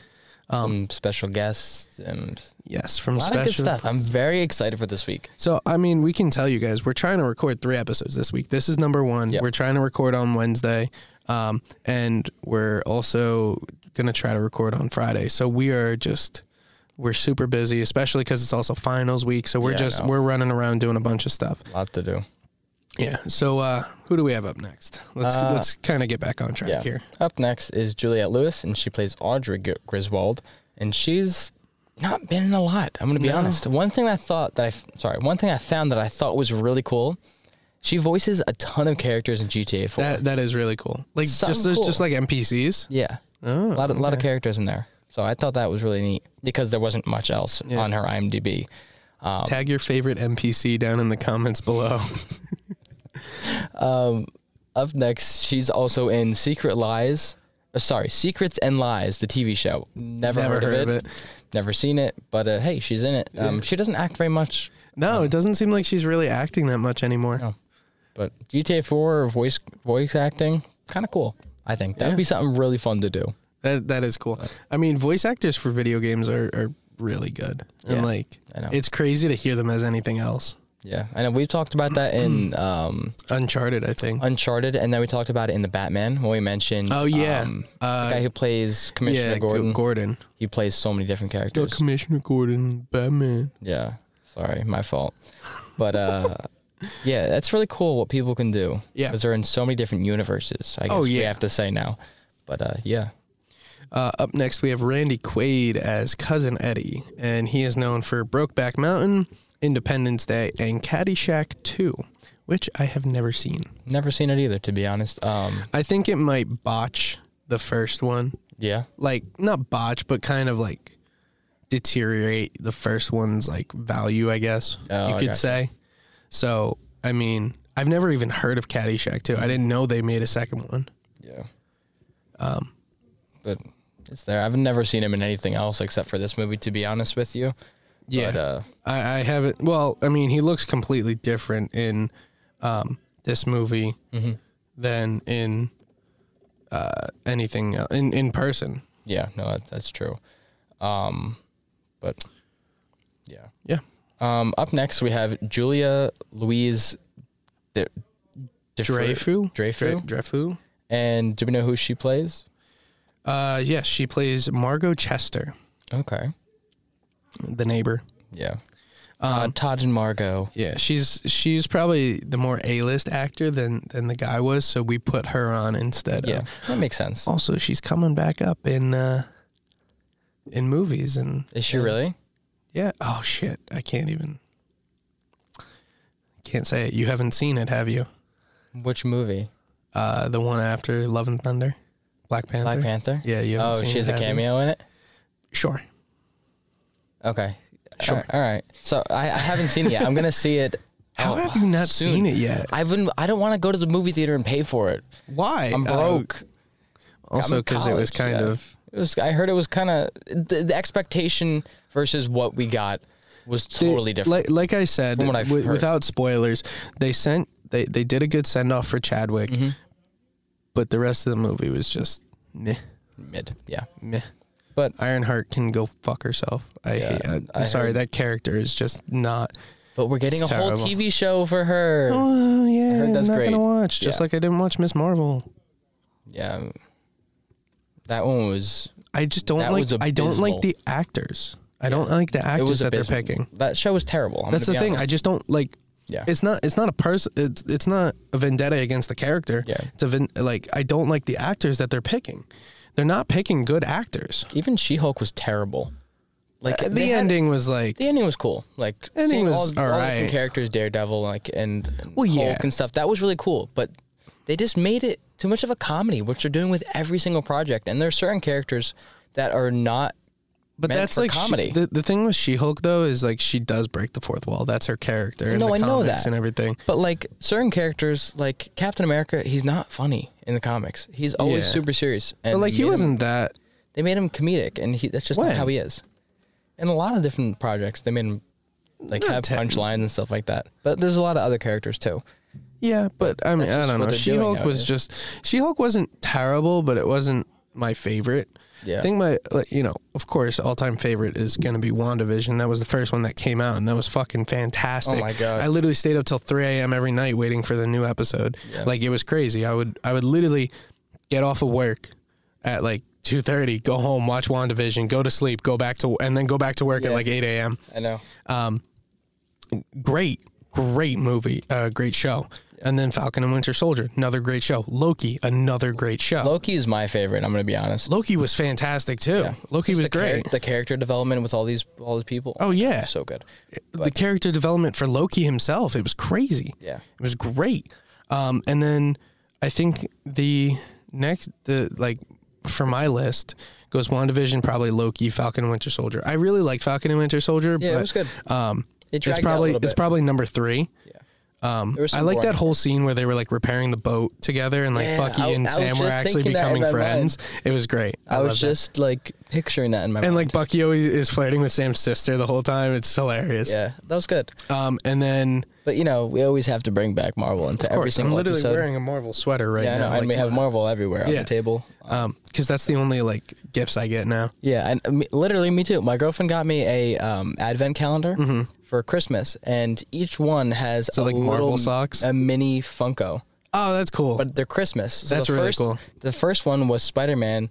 Speaker 3: Um, special guests and
Speaker 1: Yes, from
Speaker 3: a lot
Speaker 1: special.
Speaker 3: of good stuff. I'm very excited for this week.
Speaker 1: So I mean, we can tell you guys we're trying to record three episodes this week. This is number one.
Speaker 3: Yep.
Speaker 1: We're trying to record on Wednesday, um, and we're also gonna try to record on Friday. So we are just we're super busy, especially because it's also finals week. So we're
Speaker 3: Yeah, I
Speaker 1: just
Speaker 3: know.
Speaker 1: we're running around doing a bunch of stuff.
Speaker 3: A lot to do.
Speaker 1: Yeah. So uh, who do we have up next? Let's
Speaker 3: Uh,
Speaker 1: let's kind of get back on track
Speaker 3: Yeah.
Speaker 1: here.
Speaker 3: Up next is Juliette Lewis, and she plays Audrey G- Griswold, and she's not been in a lot. I'm gonna be
Speaker 1: No.
Speaker 3: honest. One thing I thought that I f- sorry, one thing I found that I thought was really cool. She voices a ton of characters in GTA 4.
Speaker 1: That that is really cool. Like just
Speaker 3: Something
Speaker 1: there's just
Speaker 3: cool.
Speaker 1: like NPCs.
Speaker 3: yeah, a lot of lot of characters in there. So I thought that was really neat because there wasn't much else on her IMDb. Um,
Speaker 1: Tag your favorite NPC down in the comments below.
Speaker 3: Up next, she's also in Secret Lies. uh, Sorry, Secrets and Lies, the TV show. Never,
Speaker 1: Never
Speaker 3: heard, of, it. Never seen it, but uh, hey, she's in it. Um, She doesn't act very much,
Speaker 1: No, it doesn't seem like she's really acting that much anymore.
Speaker 3: No. but GTA 4 voice voice acting, kind of cool. I think that would be something really fun to do.
Speaker 1: That that is cool. I mean, voice actors for video games are, are really good, and
Speaker 3: Yeah,
Speaker 1: like
Speaker 3: I know.
Speaker 1: it's crazy to hear them as anything else.
Speaker 3: Yeah, I know we've talked about that in um,
Speaker 1: Uncharted, I think.
Speaker 3: Uncharted, and then we talked about it in the Batman when we mentioned.
Speaker 1: Oh, yeah.
Speaker 3: um,
Speaker 1: Uh,
Speaker 3: the guy who plays Commissioner
Speaker 1: yeah, Go-
Speaker 3: Gordon.
Speaker 1: Gordon.
Speaker 3: he plays so many different
Speaker 1: The
Speaker 3: characters.
Speaker 1: Commissioner Gordon, Batman.
Speaker 3: Yeah. Sorry, my fault. But uh yeah, that's really cool what people can do.
Speaker 1: Yeah.
Speaker 3: Because they're in so many different universes, I guess
Speaker 1: Oh,
Speaker 3: we
Speaker 1: yeah.
Speaker 3: have to say now. But uh yeah.
Speaker 1: Uh, up next, we have Randy Quaid as Cousin Eddie, and he is known for Brokeback Mountain, Independence Day, and Caddyshack 2, which I have never seen.
Speaker 3: Never seen it either, to be honest. Um
Speaker 1: I think it might botch the first one.
Speaker 3: yeah.
Speaker 1: like not botch, but kind of like deteriorate the first one's like value, I guess
Speaker 3: Oh,
Speaker 1: you
Speaker 3: I
Speaker 1: could
Speaker 3: gotcha.
Speaker 1: say. So, I mean, I've never even heard of Caddyshack too. I didn't know they made a second one.
Speaker 3: Yeah. Um
Speaker 1: Um,
Speaker 3: But it's there. I've never seen him in anything else except for this movie, to be honest with you.
Speaker 1: Yeah,
Speaker 3: But uh
Speaker 1: I, I haven't. Well, I mean, he looks completely different in um, this movie than in uh, anything el- in in person.
Speaker 3: yeah, no, that, that's true. Um but yeah.
Speaker 1: Yeah,
Speaker 3: Um, up next, we have Julia Louise De- Defre-
Speaker 1: Dreyfus.
Speaker 3: Dreyfus.
Speaker 1: Dreyfus.
Speaker 3: And do we know who she plays?
Speaker 1: Uh, yes, she plays Margot Chester,
Speaker 3: Okay.
Speaker 1: the neighbor.
Speaker 3: Yeah.
Speaker 1: Um,
Speaker 3: Todd, Todd and Margot.
Speaker 1: Yeah, she's she's probably the more A list actor than than the guy was, so we put her on instead.
Speaker 3: Yeah,
Speaker 1: Of.
Speaker 3: that makes sense.
Speaker 1: Also, she's coming back up in uh in movies and
Speaker 3: Is she really?
Speaker 1: yeah. Oh shit, I can't even can't say it. You haven't seen it, have you?
Speaker 3: Which movie?
Speaker 1: Uh, the one after Love and Thunder, Black Panther.
Speaker 3: Black Panther.
Speaker 1: Yeah, you haven't
Speaker 3: Oh,
Speaker 1: seen
Speaker 3: she
Speaker 1: it,
Speaker 3: has a
Speaker 1: have you?
Speaker 3: cameo in it.
Speaker 1: Sure.
Speaker 3: Okay. Sure. All right. So I, I haven't seen it yet. I'm gonna see it.
Speaker 1: How
Speaker 3: oh,
Speaker 1: have you not
Speaker 3: soon.
Speaker 1: seen it yet?
Speaker 3: I've been. I don't want to go to the movie theater and pay for it.
Speaker 1: Why?
Speaker 3: I'm
Speaker 1: Uh,
Speaker 3: broke.
Speaker 1: also, because it was kind of
Speaker 3: It was. I heard it was kind of the, the expectation versus what we got was
Speaker 1: they-
Speaker 3: totally different.
Speaker 1: Like, like I said,
Speaker 3: what I've
Speaker 1: wi-
Speaker 3: heard.
Speaker 1: without spoilers, they sent they they did a good send off for Chadwick,
Speaker 3: Mm-hmm.
Speaker 1: but the rest of the movie was just meh,
Speaker 3: Mid. Yeah.
Speaker 1: meh.
Speaker 3: But
Speaker 1: Ironheart can go fuck herself. I hate, I, I'm
Speaker 3: I
Speaker 1: sorry,
Speaker 3: heard-
Speaker 1: that character is just not.
Speaker 3: but we're getting
Speaker 1: It's
Speaker 3: a whole
Speaker 1: terrible.
Speaker 3: TV show for her.
Speaker 1: Oh yeah,
Speaker 3: heard that's
Speaker 1: not
Speaker 3: great.
Speaker 1: gonna watch. Just
Speaker 3: Yeah.
Speaker 1: like I didn't watch Miss Marvel.
Speaker 3: Yeah. That one was
Speaker 1: I just don't
Speaker 3: That
Speaker 1: like.
Speaker 3: was
Speaker 1: I don't like
Speaker 3: abysmal.
Speaker 1: the actors. I don't like the
Speaker 3: it
Speaker 1: actors
Speaker 3: was
Speaker 1: that they're
Speaker 3: abysmal.
Speaker 1: picking.
Speaker 3: That show was terrible. I'm
Speaker 1: That's the
Speaker 3: gonna be
Speaker 1: thing. I
Speaker 3: honest.
Speaker 1: just don't like.
Speaker 3: Yeah.
Speaker 1: It's not. It's not a person. It's it's not a vendetta against the character.
Speaker 3: Yeah.
Speaker 1: It's a ven- like I don't like the actors that they're picking. They're not picking good actors.
Speaker 3: Even She-Hulk was terrible. Like they
Speaker 1: Uh, the
Speaker 3: had-
Speaker 1: ending was like.
Speaker 3: the ending was cool. Like
Speaker 1: Ending
Speaker 3: seeing
Speaker 1: was
Speaker 3: all, all
Speaker 1: alright.
Speaker 3: different characters, Daredevil, like and, and
Speaker 1: Well,
Speaker 3: Hulk
Speaker 1: yeah.
Speaker 3: and stuff. That was really cool. But they just made it too much of a comedy, which they're doing with every single project. And there are certain characters that are not.
Speaker 1: but
Speaker 3: meant
Speaker 1: that's
Speaker 3: for
Speaker 1: like she-
Speaker 3: comedy.
Speaker 1: the the thing with She Hulk though is like she does break the fourth wall. That's her character. in
Speaker 3: No,
Speaker 1: the
Speaker 3: I know
Speaker 1: comics
Speaker 3: that.
Speaker 1: and everything.
Speaker 3: But like certain characters, like Captain America, he's not funny in the comics. He's always
Speaker 1: Yeah.
Speaker 3: super serious. And
Speaker 1: But like he
Speaker 3: made him-
Speaker 1: wasn't that.
Speaker 3: They made him comedic, and he, that's just
Speaker 1: When?
Speaker 3: not how he is. In a lot of different projects, they made him like
Speaker 1: Not
Speaker 3: have
Speaker 1: te-
Speaker 3: punchlines and stuff like that. But there's a lot of other characters too.
Speaker 1: Yeah, but I mean,
Speaker 3: That's
Speaker 1: I don't
Speaker 3: just what
Speaker 1: know.
Speaker 3: they're
Speaker 1: She
Speaker 3: doing
Speaker 1: Hulk was
Speaker 3: nowadays.
Speaker 1: just She Hulk wasn't terrible, but it wasn't my favorite.
Speaker 3: Yeah.
Speaker 1: I think my like, you know, of course, all time favorite is gonna be WandaVision. That was the first one that came out, and that was fucking fantastic.
Speaker 3: Oh my God.
Speaker 1: I literally stayed up till three a.m. every night waiting for the new episode. Like it was crazy. I would I would literally get off of work at like two thirty, go home, watch WandaVision, go to sleep, go back to and then go back to work at
Speaker 3: Yeah.
Speaker 1: like eight a.m
Speaker 3: I know.
Speaker 1: great, great movie, uh, great show. And then Falcon and Winter Soldier, another great show. Loki, another great show.
Speaker 3: Loki is my favorite. I'm gonna be honest.
Speaker 1: Loki was fantastic too. Loki
Speaker 3: Just
Speaker 1: was
Speaker 3: the char-
Speaker 1: great.
Speaker 3: the character development with all these all these people.
Speaker 1: oh yeah,
Speaker 3: so good.
Speaker 1: the character development for Loki himself, it was crazy.
Speaker 3: Yeah.
Speaker 1: it was great. Um, and then I think the next, the like for my list goes WandaVision, probably Loki, Falcon and Winter Soldier. I really liked Falcon and Winter Soldier.
Speaker 3: Yeah,
Speaker 1: but,
Speaker 3: it was good.
Speaker 1: Um,
Speaker 3: It
Speaker 1: it's
Speaker 3: dragged out a
Speaker 1: probably
Speaker 3: little
Speaker 1: it's
Speaker 3: bit.
Speaker 1: probably number three. Um,
Speaker 3: There was
Speaker 1: I
Speaker 3: some
Speaker 1: like
Speaker 3: boring-
Speaker 1: that whole scene where they were like repairing the boat together and like
Speaker 3: Yeah,
Speaker 1: Bucky
Speaker 3: I-
Speaker 1: and
Speaker 3: I was
Speaker 1: Sam were
Speaker 3: just
Speaker 1: actually
Speaker 3: thinking that in
Speaker 1: becoming
Speaker 3: my
Speaker 1: friends. It was great. I,
Speaker 3: I, was
Speaker 1: loved it.
Speaker 3: just like picturing that in my
Speaker 1: and
Speaker 3: mind.
Speaker 1: like Bucky always is flirting with Sam's sister the whole time. It's hilarious.
Speaker 3: Yeah, that was good.
Speaker 1: Um, and then
Speaker 3: But you know, we always have to bring back Marvel into
Speaker 1: of
Speaker 3: every
Speaker 1: course, I'm
Speaker 3: single
Speaker 1: literally
Speaker 3: episode.
Speaker 1: wearing a Marvel sweater right
Speaker 3: yeah, I know,
Speaker 1: now. uh,
Speaker 3: and we have Marvel everywhere on
Speaker 1: Yeah.
Speaker 3: the table.
Speaker 1: um, because that's the only like gifts I get now.
Speaker 3: Yeah, and um, literally me too. My girlfriend got me a um, advent calendar for Christmas, and each one has a
Speaker 1: Mm-hmm. like,
Speaker 3: little
Speaker 1: Marvel socks?
Speaker 3: a mini Funko.
Speaker 1: Oh, that's cool.
Speaker 3: but they're Christmas. So
Speaker 1: That's
Speaker 3: the
Speaker 1: really
Speaker 3: first,
Speaker 1: cool.
Speaker 3: The first one was Spider Man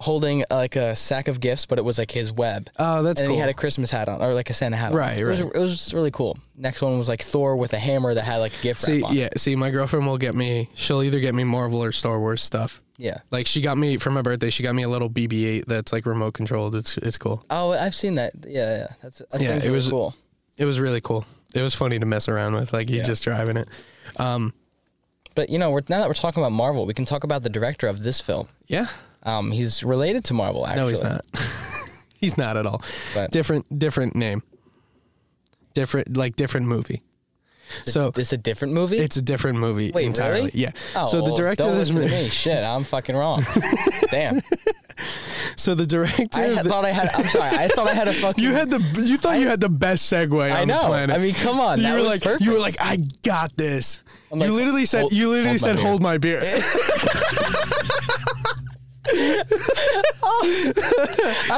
Speaker 3: holding uh, like a sack of gifts, but it was like his web.
Speaker 1: Oh, that's
Speaker 3: and
Speaker 1: cool.
Speaker 3: he had a Christmas hat on, or like a Santa hat.
Speaker 1: Right,
Speaker 3: on. It was,
Speaker 1: right.
Speaker 3: it was really cool. Next one was like Thor with a hammer that had like a gift
Speaker 1: see,
Speaker 3: wrap on.
Speaker 1: yeah, see, my girlfriend will get me. She'll either get me Marvel or Star Wars stuff.
Speaker 3: yeah.
Speaker 1: Like she got me for my birthday. She got me a little BB-8 that's like remote controlled. It's it's cool.
Speaker 3: Oh, I've seen that. Yeah, yeah. That's that
Speaker 1: Yeah,
Speaker 3: thing's
Speaker 1: it
Speaker 3: really
Speaker 1: was-
Speaker 3: cool.
Speaker 1: It was really cool. It was funny to mess around with. Like you
Speaker 3: Yeah.
Speaker 1: just driving it. Um,
Speaker 3: But you know, we're, now that we're talking about Marvel, we can talk about the director of this film.
Speaker 1: Yeah.
Speaker 3: Um, he's related to Marvel. Actually,
Speaker 1: No, he's not. he's not at all.
Speaker 3: But-
Speaker 1: different different name. Different like different movie. So
Speaker 3: It's a different movie.
Speaker 1: it's a different movie
Speaker 3: Wait,
Speaker 1: entirely.
Speaker 3: really?
Speaker 1: Yeah.
Speaker 3: Oh,
Speaker 1: so the
Speaker 3: well,
Speaker 1: director
Speaker 3: don't
Speaker 1: of this
Speaker 3: listen to
Speaker 1: movie.
Speaker 3: me. Shit, I'm fucking wrong. Damn.
Speaker 1: So the director.
Speaker 3: I
Speaker 1: of
Speaker 3: had-
Speaker 1: the-
Speaker 3: thought I had. I'm sorry. I thought I had a fucking.
Speaker 1: you had the you thought you had the best segue
Speaker 3: I
Speaker 1: on the
Speaker 3: know.
Speaker 1: planet.
Speaker 3: I mean, come on,
Speaker 1: You
Speaker 3: that
Speaker 1: were
Speaker 3: was
Speaker 1: like you
Speaker 3: perfect.
Speaker 1: were like I got this.
Speaker 3: I'm
Speaker 1: you
Speaker 3: like,
Speaker 1: literally said
Speaker 3: "Hold-
Speaker 1: you literally
Speaker 3: hold my
Speaker 1: said
Speaker 3: beer."
Speaker 1: hold my beer.
Speaker 3: I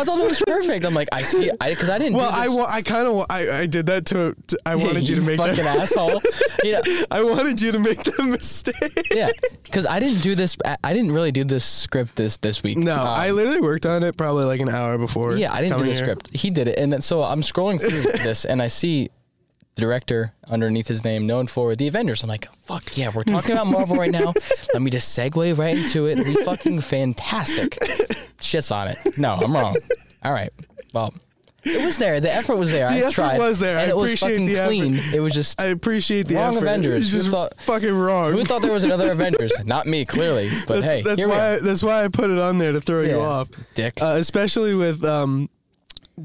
Speaker 3: thought it was perfect. I'm like, I see, I because I didn't.
Speaker 1: well,
Speaker 3: do
Speaker 1: I,
Speaker 3: this.
Speaker 1: wa- I kind of I, I did that to, to I wanted you, to make
Speaker 3: fucking
Speaker 1: that
Speaker 3: asshole. You know,
Speaker 1: I wanted you to make the mistake.
Speaker 3: yeah, because I didn't do this. I- I didn't really do this script this this week.
Speaker 1: No,
Speaker 3: Um,
Speaker 1: I literally worked on it probably like an hour before.
Speaker 3: yeah, I didn't do
Speaker 1: coming
Speaker 3: the
Speaker 1: here.
Speaker 3: script. He did it, and then, so I'm scrolling through this, and I see director underneath his name, known for the Avengers. I'm like, fuck yeah, we're talking about Marvel right now. Let me just segue right into it. We fucking fantastic. Shits on it. No, I'm wrong. All right, well. It was there. The effort was there. I
Speaker 1: effort
Speaker 3: tried.
Speaker 1: was there.
Speaker 3: And
Speaker 1: I
Speaker 3: it was
Speaker 1: appreciate
Speaker 3: fucking
Speaker 1: the effort.
Speaker 3: clean. It was just
Speaker 1: I appreciate the
Speaker 3: Wrong
Speaker 1: effort.
Speaker 3: Avengers.
Speaker 1: It's
Speaker 3: Who
Speaker 1: just
Speaker 3: thought-
Speaker 1: fucking wrong.
Speaker 3: Who thought there was another Avengers? Not me, clearly. But
Speaker 1: that's,
Speaker 3: hey,
Speaker 1: that's
Speaker 3: here
Speaker 1: why
Speaker 3: we are.
Speaker 1: that's why I put it on there to throw
Speaker 3: Yeah,
Speaker 1: you off,
Speaker 3: dick.
Speaker 1: Uh, especially with um,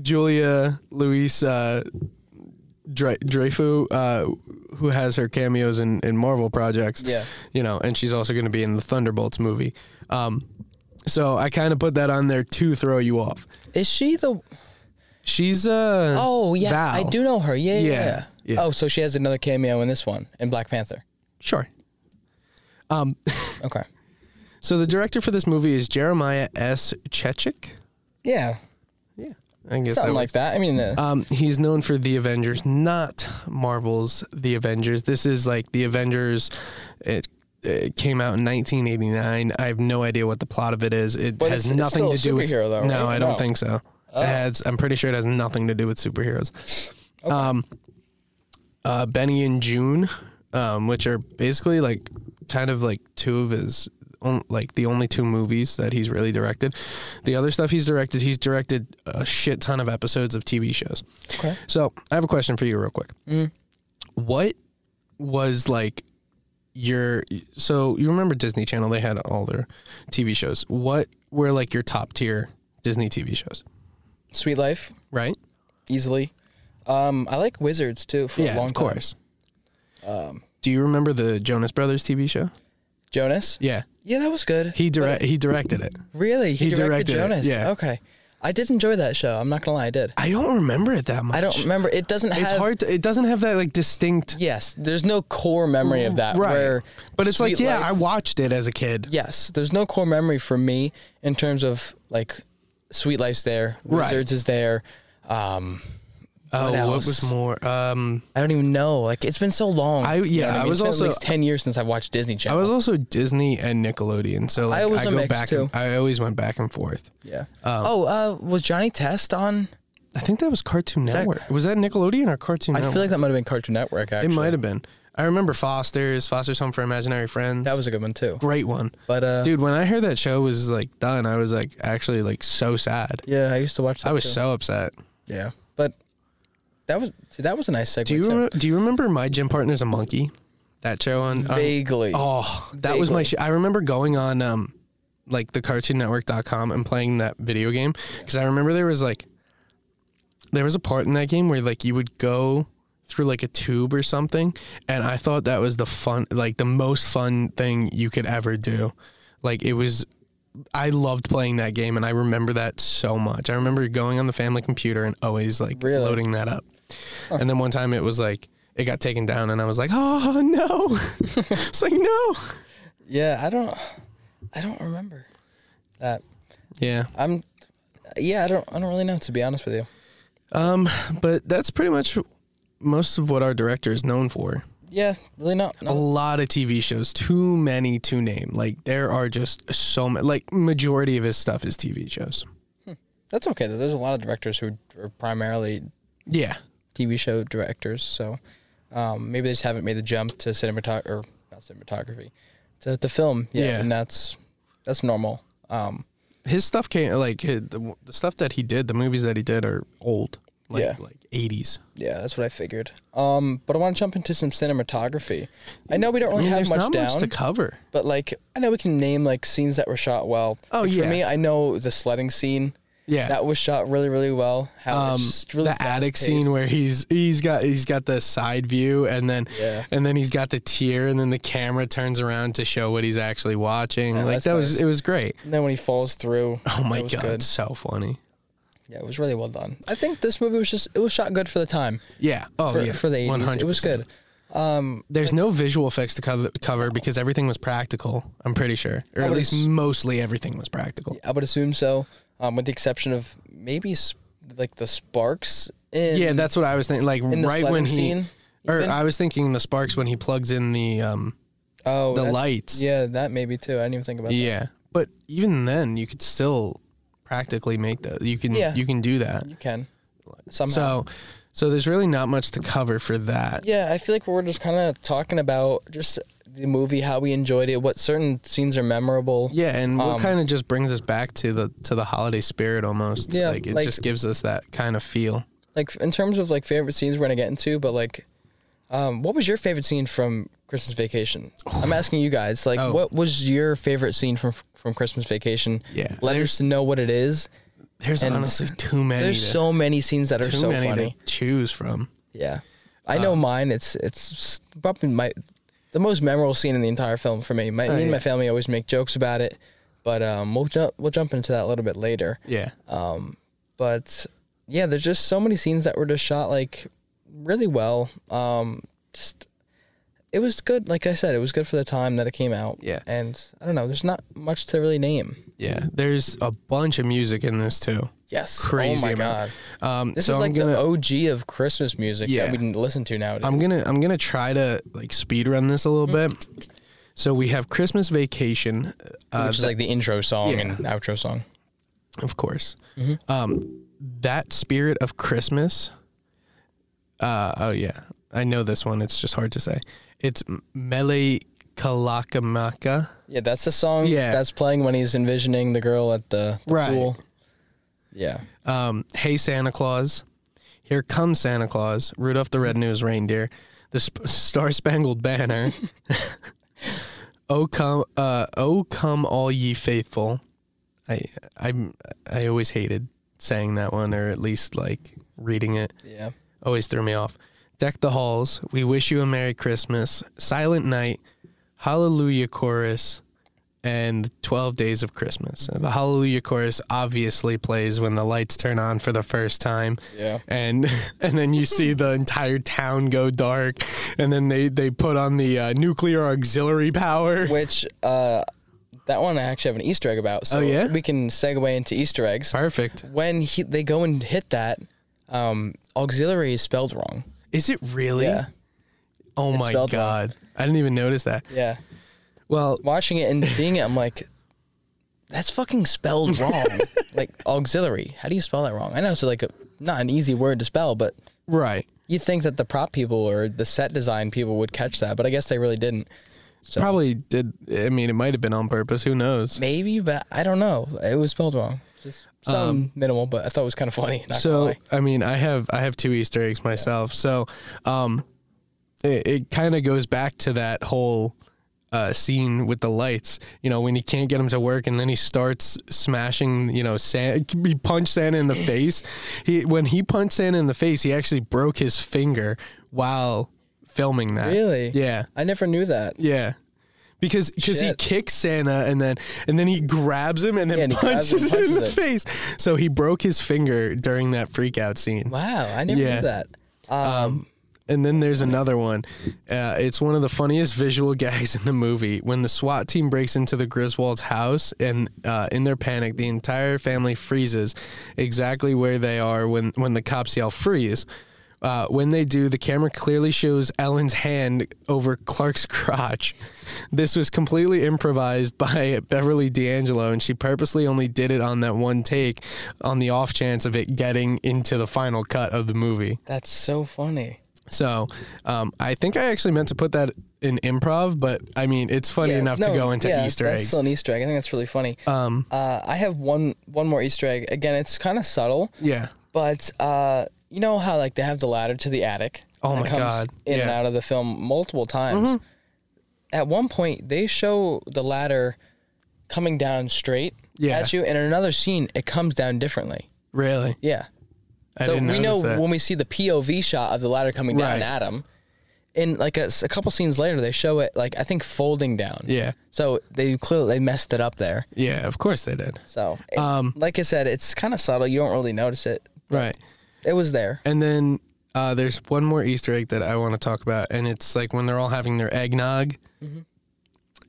Speaker 1: Julia Louise uh, Dre- Dreyfus, uh, who has her cameos in, in Marvel projects.
Speaker 3: Yeah.
Speaker 1: you know, and she's also going to be in the Thunderbolts movie. Um, so I kind of put that on there to throw you off.
Speaker 3: Is she the?
Speaker 1: She's uh
Speaker 3: Oh yes, I
Speaker 1: Val.
Speaker 3: do know her. Yeah, yeah,
Speaker 1: Yeah,
Speaker 3: yeah.
Speaker 1: yeah.
Speaker 3: Oh, so she has another cameo in this one in Black Panther.
Speaker 1: sure. Um,
Speaker 3: Okay.
Speaker 1: So the director for this movie is Jeremiah S. Chechik.
Speaker 3: Yeah,
Speaker 1: Yeah, I guess
Speaker 3: something
Speaker 1: that
Speaker 3: like that. I mean, uh,
Speaker 1: Um, he's known for The Avengers, not Marvel's The Avengers. This is like The Avengers. It, it came out in 1989. I have no idea what the plot of it is. It
Speaker 3: But
Speaker 1: has
Speaker 3: it's- it's
Speaker 1: nothing
Speaker 3: still a
Speaker 1: to do with
Speaker 3: superhero though,
Speaker 1: No,
Speaker 3: right?
Speaker 1: I don't
Speaker 3: No.
Speaker 1: think so.
Speaker 3: Oh.
Speaker 1: It has, I'm pretty sure it has nothing to do with superheroes. Um, uh, Benny and June, um, which are basically like kind of like two of his. on- Like the only two movies that he's really directed. The other stuff he's directed, he's directed a shit ton of episodes of TV shows.
Speaker 3: okay. Mm.
Speaker 1: So I have a question for you, real quick. What was like your? So you remember Disney Channel? They had all their TV shows. What were like your top tier Disney TV shows?
Speaker 3: Sweet Life,
Speaker 1: Right?
Speaker 3: easily. Um, I like Wizards too for a long
Speaker 1: of
Speaker 3: time. Um,
Speaker 1: course. Do you remember the Jonas Brothers TV show?
Speaker 3: Jonas.
Speaker 1: Yeah,
Speaker 3: Yeah, that was good.
Speaker 1: he direct he directed it.
Speaker 3: Really? He,
Speaker 1: He
Speaker 3: directed,
Speaker 1: directed it,
Speaker 3: Jonas.
Speaker 1: yeah.
Speaker 3: Okay. I did enjoy that show. I'm not gonna lie, I did.
Speaker 1: I don't remember it that much.
Speaker 3: I don't remember. It doesn't have.
Speaker 1: It's hard. To, it doesn't have that like distinct.
Speaker 3: Yes, there's no core memory of that.
Speaker 1: right.
Speaker 3: Where
Speaker 1: but it's like
Speaker 3: Sweet
Speaker 1: yeah,
Speaker 3: Life-
Speaker 1: I watched it as a kid.
Speaker 3: yes, there's no core memory for me in terms of like Sweet Life's there,
Speaker 1: Right.
Speaker 3: Wizards is there. Um,
Speaker 1: Oh, what,
Speaker 3: else?
Speaker 1: was more? Um,
Speaker 3: I don't even know. Like it's been so long.
Speaker 1: I-
Speaker 3: You know
Speaker 1: yeah,
Speaker 3: what
Speaker 1: I was
Speaker 3: It's been
Speaker 1: also-
Speaker 3: at least ten years since I've watched Disney
Speaker 1: I
Speaker 3: Channel.
Speaker 1: was also Disney and Nickelodeon, so like I,
Speaker 3: was
Speaker 1: go
Speaker 3: a mix,
Speaker 1: back.
Speaker 3: too.
Speaker 1: And, I always went back and forth.
Speaker 3: yeah.
Speaker 1: um,
Speaker 3: oh, uh, was Johnny Test on?
Speaker 1: I think that was Cartoon
Speaker 3: that-
Speaker 1: Network. was that Nickelodeon or Cartoon
Speaker 3: I
Speaker 1: Network?
Speaker 3: feel like that might have been Cartoon Network.
Speaker 1: it
Speaker 3: Actually,
Speaker 1: might have been. I remember Foster's, Foster's Home for Imaginary Friends.
Speaker 3: That was a good one too.
Speaker 1: great one.
Speaker 3: But uh,
Speaker 1: Dude, when I heard that show was like done, I was like actually like so sad.
Speaker 3: yeah, I used to watch that.
Speaker 1: I was
Speaker 3: too.
Speaker 1: so upset.
Speaker 3: yeah, but that was see, that was a nice segue.
Speaker 1: Do you
Speaker 3: too.
Speaker 1: remember, do you remember my gym partner's a monkey? That show on um,
Speaker 3: Vaguely.
Speaker 1: Oh, that was my.
Speaker 3: Vaguely.
Speaker 1: Sh- I remember going on um, like the cartoonnetwork.com and playing that video game because I remember there was like, there was a part in that game where like you would go through like a tube or something, and I thought that was the fun, like the most fun thing you could ever do. Like it was. I loved playing that game, and I remember that so much. I remember going on the family computer and always like
Speaker 3: Really?
Speaker 1: loading that up. And then one time it was like it got taken down, and I was like, "Oh no!" it's like no.
Speaker 3: Yeah, I don't. I don't remember that.
Speaker 1: Yeah,
Speaker 3: I'm. Yeah, I don't. I don't really know to be honest with you.
Speaker 1: but that's pretty much most of what our director is known for.
Speaker 3: Yeah, really not.
Speaker 1: A
Speaker 3: not
Speaker 1: lot of TV shows, too many to name. Like there are just so many. Like majority of his stuff is TV shows.
Speaker 3: that's okay though. There's a lot of directors who are primarily
Speaker 1: Yeah,
Speaker 3: TV show directors, so um, maybe they just haven't made the jump to cinematography or not cinematography to to film. Yeah,
Speaker 1: Yeah.
Speaker 3: and that's that's normal. Um,
Speaker 1: his stuff came like hi- the, the stuff that he did, the movies that he did are old. Like,
Speaker 3: Yeah.
Speaker 1: like 80s.
Speaker 3: yeah, that's what I figured. Um, but I want to jump into some cinematography. I know we don't
Speaker 1: I
Speaker 3: really
Speaker 1: mean,
Speaker 3: have
Speaker 1: there's
Speaker 3: much
Speaker 1: not
Speaker 3: down.
Speaker 1: much to cover.
Speaker 3: But like, I know we can name like scenes that were shot well.
Speaker 1: Oh,
Speaker 3: Like,
Speaker 1: yeah.
Speaker 3: For me, I know the sledding scene.
Speaker 1: Yeah.
Speaker 3: That was shot really, really well. How
Speaker 1: um,
Speaker 3: it's just really
Speaker 1: the attic
Speaker 3: fast-paced.
Speaker 1: scene where he's he's got he's got the side view and then
Speaker 3: Yeah.
Speaker 1: and then he's got the tear and then the camera turns around to show what he's actually watching. like
Speaker 3: that's
Speaker 1: that was
Speaker 3: nice.
Speaker 1: it was great.
Speaker 3: And then when he falls through.
Speaker 1: Oh my
Speaker 3: that was
Speaker 1: god,
Speaker 3: Good.
Speaker 1: so funny.
Speaker 3: Yeah, it was really well done. I think this movie was just it was shot good for the time.
Speaker 1: Yeah. Oh
Speaker 3: For,
Speaker 1: yeah.
Speaker 3: for the eighties, it was
Speaker 1: 100%.
Speaker 3: good.
Speaker 1: There's no visual effects to cover, cover because everything was practical. I'm pretty sure, or at
Speaker 3: would
Speaker 1: least
Speaker 3: ass-
Speaker 1: mostly everything was practical.
Speaker 3: I would assume so, um, with the exception of maybe s- like the sparks. In,
Speaker 1: Yeah, that's what I was thinking. Like
Speaker 3: the
Speaker 1: right when
Speaker 3: sledding
Speaker 1: he,
Speaker 3: scene,
Speaker 1: or
Speaker 3: even?
Speaker 1: I was thinking the sparks when he plugs in the um
Speaker 3: oh
Speaker 1: the
Speaker 3: that-
Speaker 1: lights.
Speaker 3: Yeah, that maybe too. I didn't even think about that.
Speaker 1: Yeah, but even then, you could still practically make that. You can
Speaker 3: Yeah.
Speaker 1: you can do that.
Speaker 3: You can somehow.
Speaker 1: So, so there's really not much to cover for that.
Speaker 3: Yeah, I feel like we're just kind of talking about just the movie, how we enjoyed it, what certain scenes are memorable.
Speaker 1: Yeah, and what
Speaker 3: Um,
Speaker 1: kind of just brings us back to the to the holiday spirit almost.
Speaker 3: Yeah,
Speaker 1: like it
Speaker 3: like-
Speaker 1: just gives us that kind of feel.
Speaker 3: Like in terms of like favorite scenes, we're gonna get into, but like, um, what was your favorite scene from Christmas Vacation? I'm asking you guys, like,
Speaker 1: Oh.
Speaker 3: what was your favorite scene from from Christmas Vacation?
Speaker 1: Yeah,
Speaker 3: let
Speaker 1: there's-
Speaker 3: us know what it is.
Speaker 1: There's
Speaker 3: And
Speaker 1: honestly too many.
Speaker 3: There's
Speaker 1: to,
Speaker 3: so many scenes that are
Speaker 1: too
Speaker 3: so
Speaker 1: many
Speaker 3: funny.
Speaker 1: to Um, choose from.
Speaker 3: Yeah, I know mine. It's it's probably my the most memorable scene in the entire film for me. My, me and
Speaker 1: Oh, yeah.
Speaker 3: my family always make jokes about it, but um, we'll jump we'll jump into that a little bit later.
Speaker 1: Yeah,
Speaker 3: But yeah, there's just so many scenes that were just shot like really well. Um, just it was good. Like I said, it was good for the time that it came out.
Speaker 1: Yeah.
Speaker 3: and I don't know. There's not much to really name.
Speaker 1: yeah. There's a bunch of music in this too.
Speaker 3: Yes,
Speaker 1: Crazy
Speaker 3: Oh my
Speaker 1: amount.
Speaker 3: god,
Speaker 1: Um,
Speaker 3: this
Speaker 1: so
Speaker 3: is like
Speaker 1: I'm gonna
Speaker 3: the OG of Christmas music
Speaker 1: Yeah.
Speaker 3: that we can listen to nowadays.
Speaker 1: I'm gonna I'm gonna try to like speed run this a little
Speaker 3: Mm-hmm.
Speaker 1: bit. So we have Christmas Vacation, uh,
Speaker 3: which is like the intro song
Speaker 1: yeah.
Speaker 3: and outro song.
Speaker 1: of course.
Speaker 3: Mm-hmm.
Speaker 1: Um, that spirit of Christmas. Uh, oh yeah, I know this one. It's just hard to say. It's M- Mele Kalakamaka.
Speaker 3: Yeah, that's the song
Speaker 1: Yeah.
Speaker 3: that's playing when he's envisioning the girl at the, the
Speaker 1: Right.
Speaker 3: pool. Yeah.
Speaker 1: Um, hey Santa Claus, here comes Santa Claus. Rudolph the Red-Nosed Reindeer, the sp- Star Spangled Banner. oh come, uh, oh come, all ye faithful. I I I always hated saying that one, or at least like reading it.
Speaker 3: Yeah.
Speaker 1: always threw me off. Deck the halls. We wish you a Merry Christmas. Silent Night. Hallelujah chorus. and 12 Days of Christmas. The Hallelujah chorus obviously plays when the lights turn on for the first time.
Speaker 3: Yeah.
Speaker 1: And and then you see the entire town go dark and then they they put on the uh, nuclear auxiliary power.
Speaker 3: Which uh, that one I actually have an Easter egg about. So
Speaker 1: Oh, yeah?
Speaker 3: we can segue into Easter eggs.
Speaker 1: Perfect.
Speaker 3: When he, they go and hit that, um, auxiliary is spelled wrong.
Speaker 1: Is it really?
Speaker 3: Yeah.
Speaker 1: Oh my
Speaker 3: spelled
Speaker 1: god.
Speaker 3: wrong.
Speaker 1: I didn't even notice that.
Speaker 3: Yeah.
Speaker 1: Well,
Speaker 3: Watching it and seeing it, I'm like, that's fucking spelled wrong. like auxiliary. How do you spell that wrong? I know it's like a, not an easy word to spell, but
Speaker 1: right.
Speaker 3: you'd think that the prop people or the set design people would catch that, but I guess they really didn't. So
Speaker 1: Probably did I mean it might have been on purpose, who knows.
Speaker 3: maybe, but I don't know. It was spelled wrong. Just some minimal, but I thought it was kind of funny. Not so
Speaker 1: Um, so i mean i have i have two easter eggs myself so um it, it kind of goes back to that whole uh, scene with the lights you know when he can't get him to work and then he starts smashing you know sand he punched santa in the face he when he punched santa in the face he actually broke his finger while filming that
Speaker 3: Really?
Speaker 1: yeah
Speaker 3: I never knew that.
Speaker 1: yeah because because he
Speaker 3: Shit.
Speaker 1: kicks Santa and then and then he grabs him and then
Speaker 3: Yeah, and he grabs him
Speaker 1: punches,
Speaker 3: and
Speaker 1: him in the
Speaker 3: punches
Speaker 1: face. So he broke his finger during that freakout scene.
Speaker 3: Wow, I never
Speaker 1: Yeah.
Speaker 3: knew that. Um,
Speaker 1: And then there's another one. Uh, it's one of the funniest visual gags in the movie when the SWAT team breaks into the Griswold's house and uh, in their panic, the entire family freezes exactly where they are when when the cops yell freeze. Uh, when they do, the camera clearly shows Ellen's hand over Clark's crotch. This was completely improvised by Beverly D'Angelo, and she purposely only did it on that one take on the off chance of it getting into the final cut of the movie.
Speaker 3: that's so funny.
Speaker 1: So um, I think I actually meant to put that in improv, but I mean, it's funny
Speaker 3: Yeah,
Speaker 1: enough
Speaker 3: no,
Speaker 1: to go into
Speaker 3: yeah,
Speaker 1: Easter
Speaker 3: that's
Speaker 1: eggs.
Speaker 3: Still an Easter egg. I think that's really funny.
Speaker 1: um,
Speaker 3: Uh, I have one one more Easter egg. Again, it's kind of subtle,
Speaker 1: yeah.
Speaker 3: but uh, you know how like they have the ladder to the attic.
Speaker 1: Oh
Speaker 3: that
Speaker 1: my
Speaker 3: comes
Speaker 1: God,
Speaker 3: In and
Speaker 1: yeah. Mm-hmm.
Speaker 3: out of the film multiple times. At one point, they show the ladder coming down straight
Speaker 1: Yeah.
Speaker 3: at you, and in another scene, it comes down differently.
Speaker 1: Really?
Speaker 3: Yeah.
Speaker 1: I
Speaker 3: So
Speaker 1: didn't
Speaker 3: we
Speaker 1: notice
Speaker 3: know
Speaker 1: that.
Speaker 3: when we see the POV shot of the ladder coming
Speaker 1: Right.
Speaker 3: down at him, and like a, s- a couple scenes later, they show it like I think folding down.
Speaker 1: yeah.
Speaker 3: So they clearly they messed it up there.
Speaker 1: Yeah, of course they did.
Speaker 3: So it-
Speaker 1: Um,
Speaker 3: like I said, it's kind of subtle. You don't really notice it.
Speaker 1: Right.
Speaker 3: It was there.
Speaker 1: And then uh, there's one more Easter egg that I want to talk about, and it's like when they're all having their eggnog.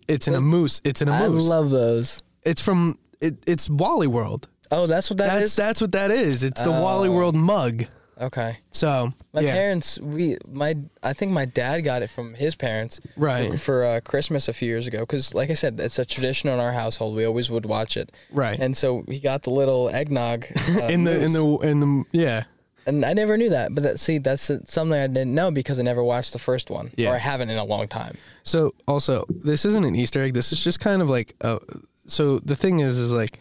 Speaker 1: It's in a moose. It's in a
Speaker 3: Mm-hmm. I
Speaker 1: moose.
Speaker 3: love those.
Speaker 1: it's from it, it's Wally World.
Speaker 3: Oh, that's what that
Speaker 1: That's
Speaker 3: is?
Speaker 1: that's what that is. It's the Wally World mug.
Speaker 3: okay.
Speaker 1: So
Speaker 3: My
Speaker 1: yeah,
Speaker 3: parents, we my I think my dad got it from his parents
Speaker 1: Right.
Speaker 3: for uh, Christmas a few years ago because, like I said, it's a tradition in our household. We always would watch it,
Speaker 1: Right.
Speaker 3: And so he got the little eggnog uh,
Speaker 1: in the in
Speaker 3: mousse.
Speaker 1: the in the yeah.
Speaker 3: and I never knew that. But that, see, that's something I didn't know because I never watched the first one,
Speaker 1: Yeah.
Speaker 3: or I haven't in a long time.
Speaker 1: So also, this isn't an Easter egg. This is just kind of like a. So the thing is, is like,